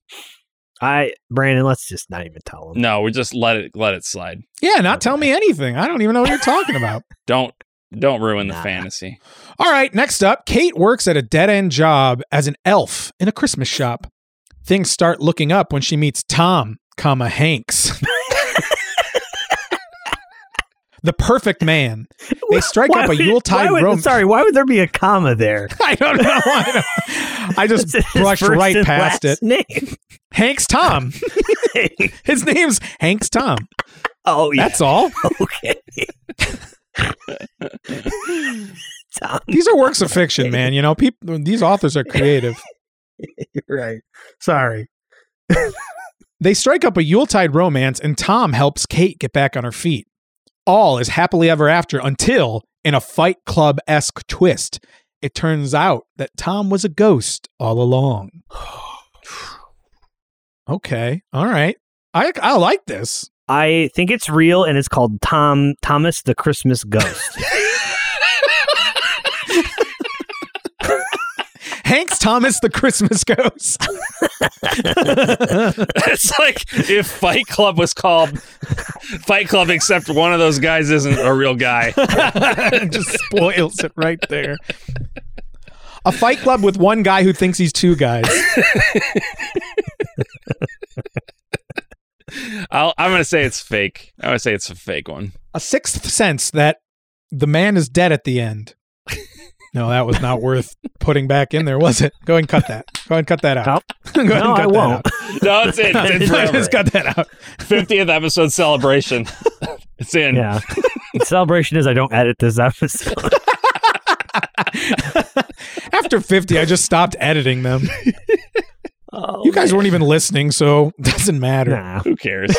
S2: I Brandon, let's just not even tell him.
S1: No, we just let it let it slide.
S3: Yeah, not tell me anything. I don't even know what you're talking about.
S1: Don't Don't ruin the
S2: Nah.
S1: fantasy.
S3: All right, next up, Kate works at a dead end job as an elf in a Christmas shop. Things start looking up when she meets Tom, comma Hanks. the perfect man. They strike
S2: Why
S3: up a
S2: would-
S3: Yuletide
S2: why would-
S3: rom-
S2: Sorry, why would there be a comma there?
S3: I don't know. I, don't, I just
S2: It's his
S3: brushed
S2: first
S3: right
S2: and
S3: past it.
S2: last Name.
S3: Hanks Tom. His name's Hanks Tom.
S2: oh, yeah.
S3: That's all.
S2: okay. Tom,
S3: These are works of fiction, man. You know, people these authors are creative.
S2: you're right. Sorry.
S3: They strike up a Yuletide romance, and Tom helps Kate get back on her feet. All is happily ever after until, in a Fight Club esque twist, it turns out that Tom was a ghost all along. okay, all right. I, I like this.
S2: I think it's real, and it's called Tom Thomas the Christmas Ghost.
S3: Hanks Thomas, the Christmas ghost.
S1: it's like if Fight Club was called Fight Club, except one of those guys isn't a real guy.
S3: Just spoils it right there. A fight club with one guy who thinks he's two guys.
S1: I'll, I'm gonna say it's fake. I'm gonna say it's a fake one.
S3: a sixth sense that the man is dead at the end. No, that was not worth putting back in there, was it? Go ahead and cut that. Go ahead and cut that out. Go ahead
S2: no,
S3: and cut
S2: I
S3: that
S2: won't.
S1: No, it's in. It's in
S3: out.
S1: forever.
S3: Just cut that out.
S1: 50th episode celebration. It's in.
S2: Yeah. the celebration is I don't edit this episode.
S3: After 50, I just stopped editing them.
S2: Oh,
S3: You guys weren't even listening, so it doesn't matter.
S2: Nah.
S1: Who cares?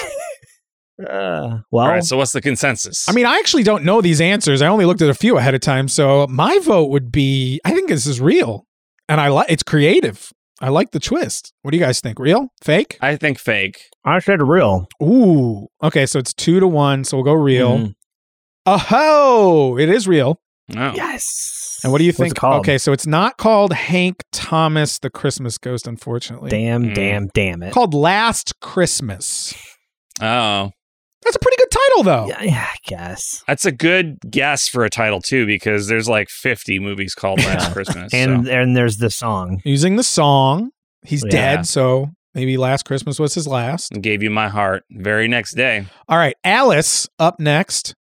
S2: Uh,
S1: All
S2: well,
S1: right. So what's the consensus?
S3: I mean, I actually don't know these answers. I only looked at a few ahead of time, so my vote would be I think this is real. And I like it's creative. I like the twist. What do you guys think? Real? Fake?
S1: I think fake.
S2: I said real.
S3: Ooh. Okay, so it's two to one, so we'll go real.
S2: Mm.
S3: Oh, it is real.
S1: No.
S2: Yes.
S3: And what do you
S2: What's it
S3: think?
S2: called?
S3: Okay, so it's not called Hank Thomas the Christmas Ghost, unfortunately.
S2: Damn,
S1: Mm.
S2: damn, damn it.
S3: Called Last Christmas.
S1: Oh,
S3: That's a pretty good title, though.
S2: Yeah, yeah, I guess.
S1: that's a good guess for a title too, because there's like 50 movies called Last Christmas.
S2: And
S1: so.
S2: and there's the song.
S3: Using the song, he's
S2: Yeah.
S3: dead, so maybe Last Christmas was his last.
S1: gave you my heart. Very next day.
S3: All right, Alice up next.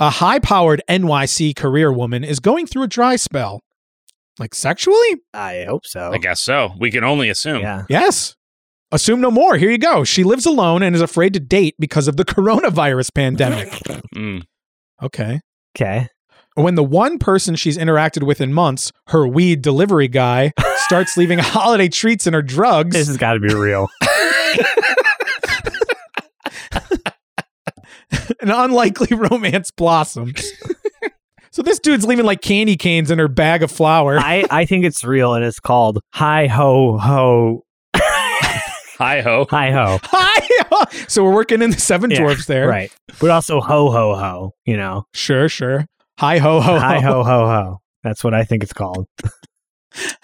S3: A high powered NYC career woman is going through a dry spell. Like sexually?
S2: I hope so.
S1: I guess so. We can only assume.
S2: Oh. Yeah.
S3: Yes. Assume no more. Here you go. She lives alone and is afraid to date because of the coronavirus pandemic.
S1: Mm.
S3: okay.
S2: Okay.
S3: When the one person she's interacted with in months, her weed delivery guy, starts leaving holiday treats in her
S2: This
S3: drugs,
S2: has got to be real.
S3: an unlikely romance blossoms. so this dude's leaving like candy canes in her bag of flour.
S2: I, I think it's real and it's called Hi Ho Ho
S1: Hi ho.
S2: Hi Ho.
S3: Hi! so we're working in the seven
S2: Yeah,
S3: dwarfs there.
S2: Right. But also Ho Ho Ho, you know.
S3: Sure, sure. Hi ho ho.
S2: Hi Ho Ho Ho. That's what I think it's called.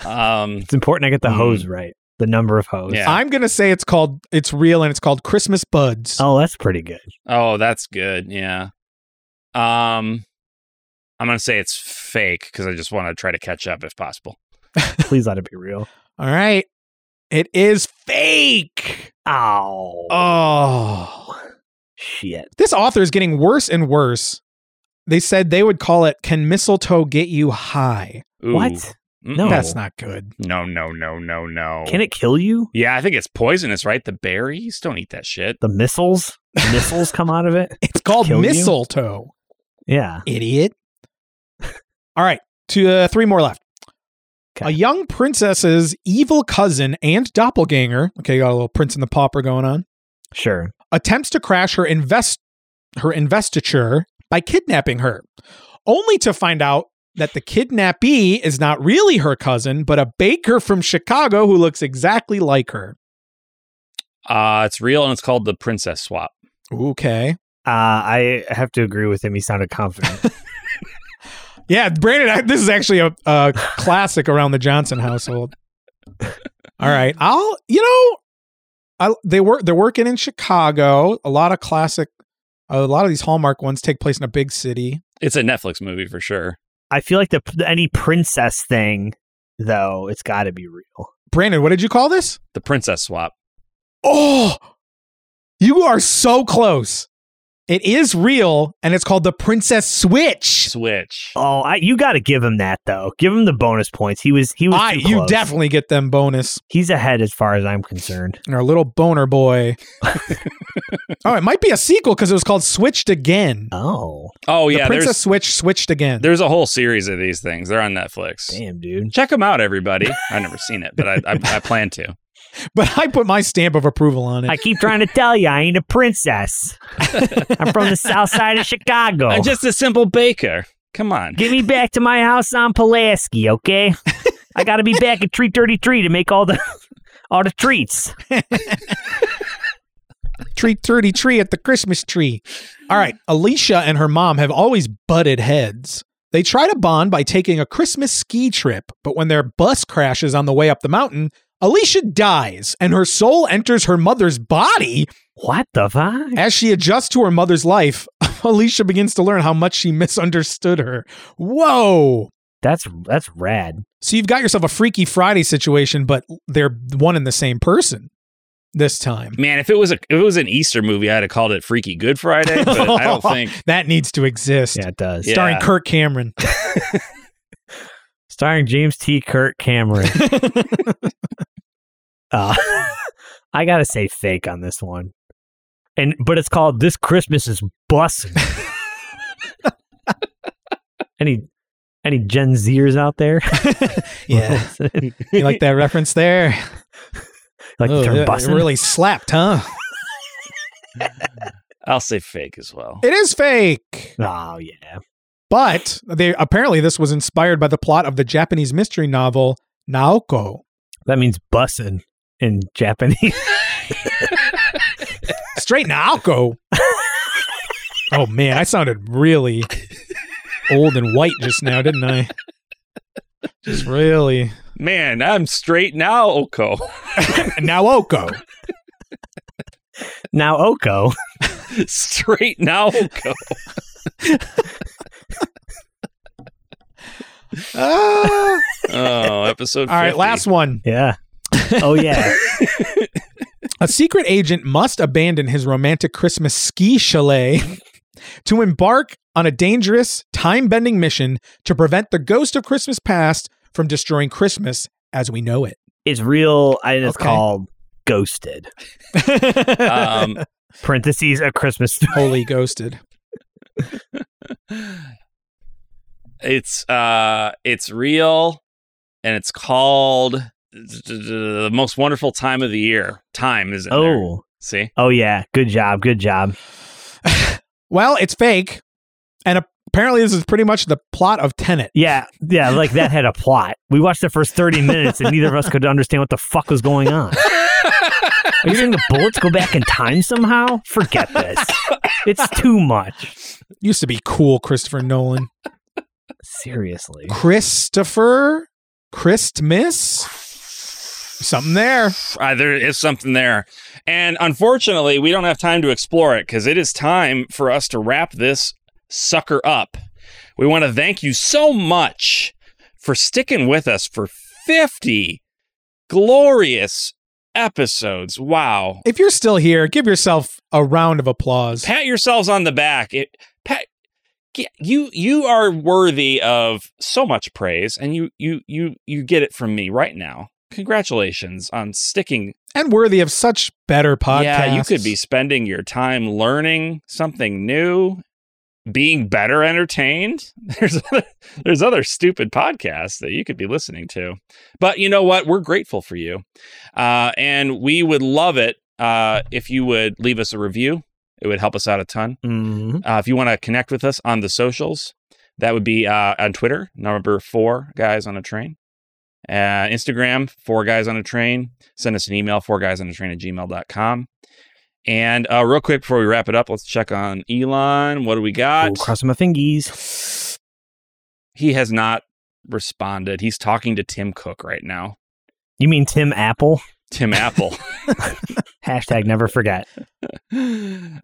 S1: Um,
S2: It's important I get the hoes right. The number of hoes.
S1: Yeah.
S3: I'm gonna say it's called it's real and it's called Christmas Buds.
S2: Oh, that's pretty good.
S1: oh, that's good. Yeah. Um, I'm going to say it's fake because I just want to try to catch up if possible.
S2: Please let it be real.
S3: All right. It is fake.
S2: Ow.
S3: Oh.
S2: Shit.
S3: This author is getting worse and worse. They said they would call it Can Mistletoe Get You High?
S1: Ooh.
S2: What? No.
S1: Mm-mm.
S3: That's not good.
S1: No, no, no, no, no.
S2: Can it kill you?
S1: Yeah, I think it's poisonous, right? The berries don't eat that shit.
S2: The missiles? missiles come out of it?
S3: It's called
S2: Kill you?
S3: mistletoe,
S2: Yeah.
S3: idiot. All right, two, uh, three more left.
S2: Okay.
S3: A young princess's evil cousin and doppelganger, okay, got a little Prince and the Pauper going on,
S2: Sure.
S3: attempts to crash her invest her investiture by kidnapping her, only to find out that the kidnappee is not really her cousin, but a baker from Chicago who looks exactly like her.
S1: Uh, it's real and it's called the princess swap.
S3: Okay.
S2: Uh, I have to agree with him. He sounded confident.
S3: Yeah, Brandon, I, this is actually a, a classic around the Johnson household. All right, I'll you know, I they were they're working in Chicago. A lot of classic a lot of these Hallmark ones take place in a big city.
S1: It's a Netflix movie for sure.
S2: I feel like the any princess thing, though, it's got to be real.
S3: Brandon, what did you call this?
S1: The Princess Swap.
S3: Oh, you are so close. It is real, and it's called the Princess Switch.
S1: Switch.
S2: Oh, I, you got to give him that though. Give him the bonus points. He was he was.
S3: I,
S2: too
S3: you
S2: close.
S3: definitely get them bonus.
S2: He's ahead as far as I'm concerned.
S3: And our little boner boy. oh, it might be a sequel because it was called Switched Again.
S2: Oh,
S1: Oh, yeah.
S3: the Princess
S1: There's,
S3: Switch switched again.
S1: there's a whole series of these things. They're on Netflix.
S2: damn, dude.
S1: Check them out, everybody. I've never seen it, but I, I, I plan to.
S3: Oh. But I put my stamp of approval on it.
S2: I keep trying to tell you, I ain't a princess. I'm from the south side of Chicago.
S1: I'm just a simple baker. Come on.
S2: Get me back to my house on Pulaski, okay? I got to be back at Treat Dirty Tree to make all the all the treats.
S3: tree 30 tree at the Christmas tree. All right. Alicia and her mom have always butted heads. They try to bond by taking a Christmas ski trip, but when their bus crashes on the way up the mountain, Alicia dies and her soul enters her mother's body.
S2: What the fuck?
S3: As she adjusts to her mother's life, Alicia begins to learn how much she misunderstood her. Whoa.
S2: That's that's rad.
S3: So you've got yourself a Freaky Friday situation, but they're one and the same person this time.
S1: Man, if it was a if it was an Easter movie, I'd have called it Freaky Good Friday, but I don't think
S3: that needs to exist.
S2: Yeah, it does.
S1: Yeah.
S3: Starring Kirk Cameron.
S2: Starring James T. Kirk Cameron. uh, I gotta say fake on this one. And but it's called This Christmas is Bussin'. any any Gen Zers out there?
S3: yeah. You like that reference there?
S2: like the
S3: Oh,
S2: term
S3: yeah, it
S2: bussin'?
S3: really slapped, huh?
S1: I'll say fake as well.
S3: It is fake.
S2: Oh yeah.
S3: But they apparently this was inspired by the plot of the Japanese mystery novel Naoko.
S2: That means bussin' in Japanese.
S3: Straight Naoko. oh man, I sounded really old and white just now, didn't I? Just really
S1: Man, I'm straight now, Oko.
S3: Naoko.
S2: now Oko.
S1: straight now, Oko.
S3: Ah.
S1: Oh, episode.
S3: all right,
S1: 50.
S3: last one.
S2: Yeah. Oh yeah.
S3: A secret agent must abandon his romantic Christmas ski chalet to embark on a dangerous, time bending mission to prevent the ghost of Christmas past from destroying Christmas as we know it.
S2: It's real and it's
S3: Okay.
S2: called Ghosted.
S1: Um,
S2: Parentheses a Christmas story.
S3: Holy ghosted.
S1: it's uh, it's real, and it's called the most wonderful time of the year. Time is in there.
S2: Oh.
S1: see,
S2: Oh yeah. Good job. Good job.
S3: Well, it's fake. And apparently, this is pretty much the plot of Tenet.
S2: Yeah, yeah, like that had a plot. We watched the first 30 minutes and neither of us could understand what the fuck was going on. Are you saying the bullets go back in time somehow? Forget this. It's too much.
S3: Used to be cool, Christopher Nolan.
S2: Seriously.
S3: Christopher? Christmas? Something there.
S1: uh, there is something there, and unfortunately, we don't have time to explore it because it is time for us to wrap this sucker up. We want to thank you so much for sticking with us for fifty glorious episodes. Wow,
S3: If you're still here, give yourself a round of applause.
S1: pat yourselves on the back. It, pat, g- you you are worthy of so much praise, and you you you you get it from me right now. Congratulations on sticking.
S3: and worthy of such better podcasts.
S1: Yeah, you could be spending your time learning something new, being better entertained. There's other, there's other stupid podcasts that you could be listening to, but you know what? We're grateful for you, uh, and we would love it uh, if you would leave us a review. It would help us out a ton.
S2: Mhm.
S1: Uh, if you want to connect with us on the socials, that would be uh, on Twitter, number four guys on a train. Uh, Instagram, four guys on a train. Send us an email, four guys on a train at gmail.com. And uh, real quick before we wrap it up, let's check on Elon. What do we got?
S2: Ooh, crossing my fingies.
S1: he has not responded. He's talking to Tim Cook right now.
S2: You mean Tim Apple?
S1: Tim Apple.
S2: Hashtag never forget.
S1: uh,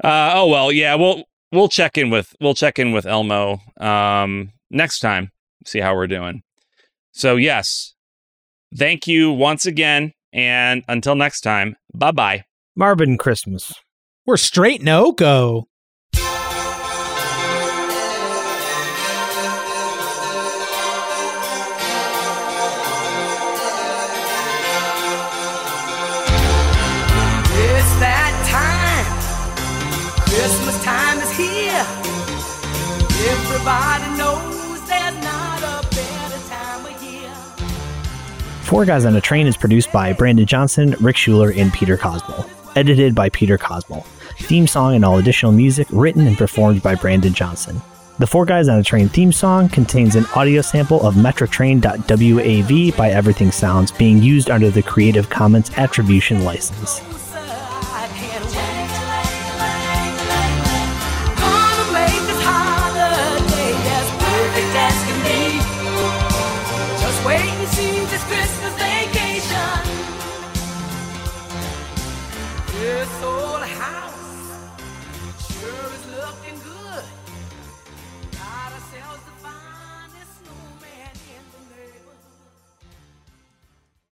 S1: oh well, yeah. Well, we'll check in with we'll check in with Elmo um, next time. See how we're doing. So yes, thank you once again, and until next time, bye bye.
S2: Marvin Christmas.
S3: We're straight no go.
S5: It's that time. Christmas time is here. Everybody knows there's not a better time of year.
S2: Four Guys on a Train is produced by Brandon Johnson, Rick Schuler, and Peter Cosmo. Edited by Peter Cosmo. Theme song and all additional music written and performed by Brandon Johnson. The Four Guys on a Train theme song contains an audio sample of Metrotrain.wav by Everything Sounds being used under the Creative Commons Attribution License.
S5: Closer, I can't wait. Gonna make this holiday as perfect as can be. Just wait and see this Christmas vacation. This old house.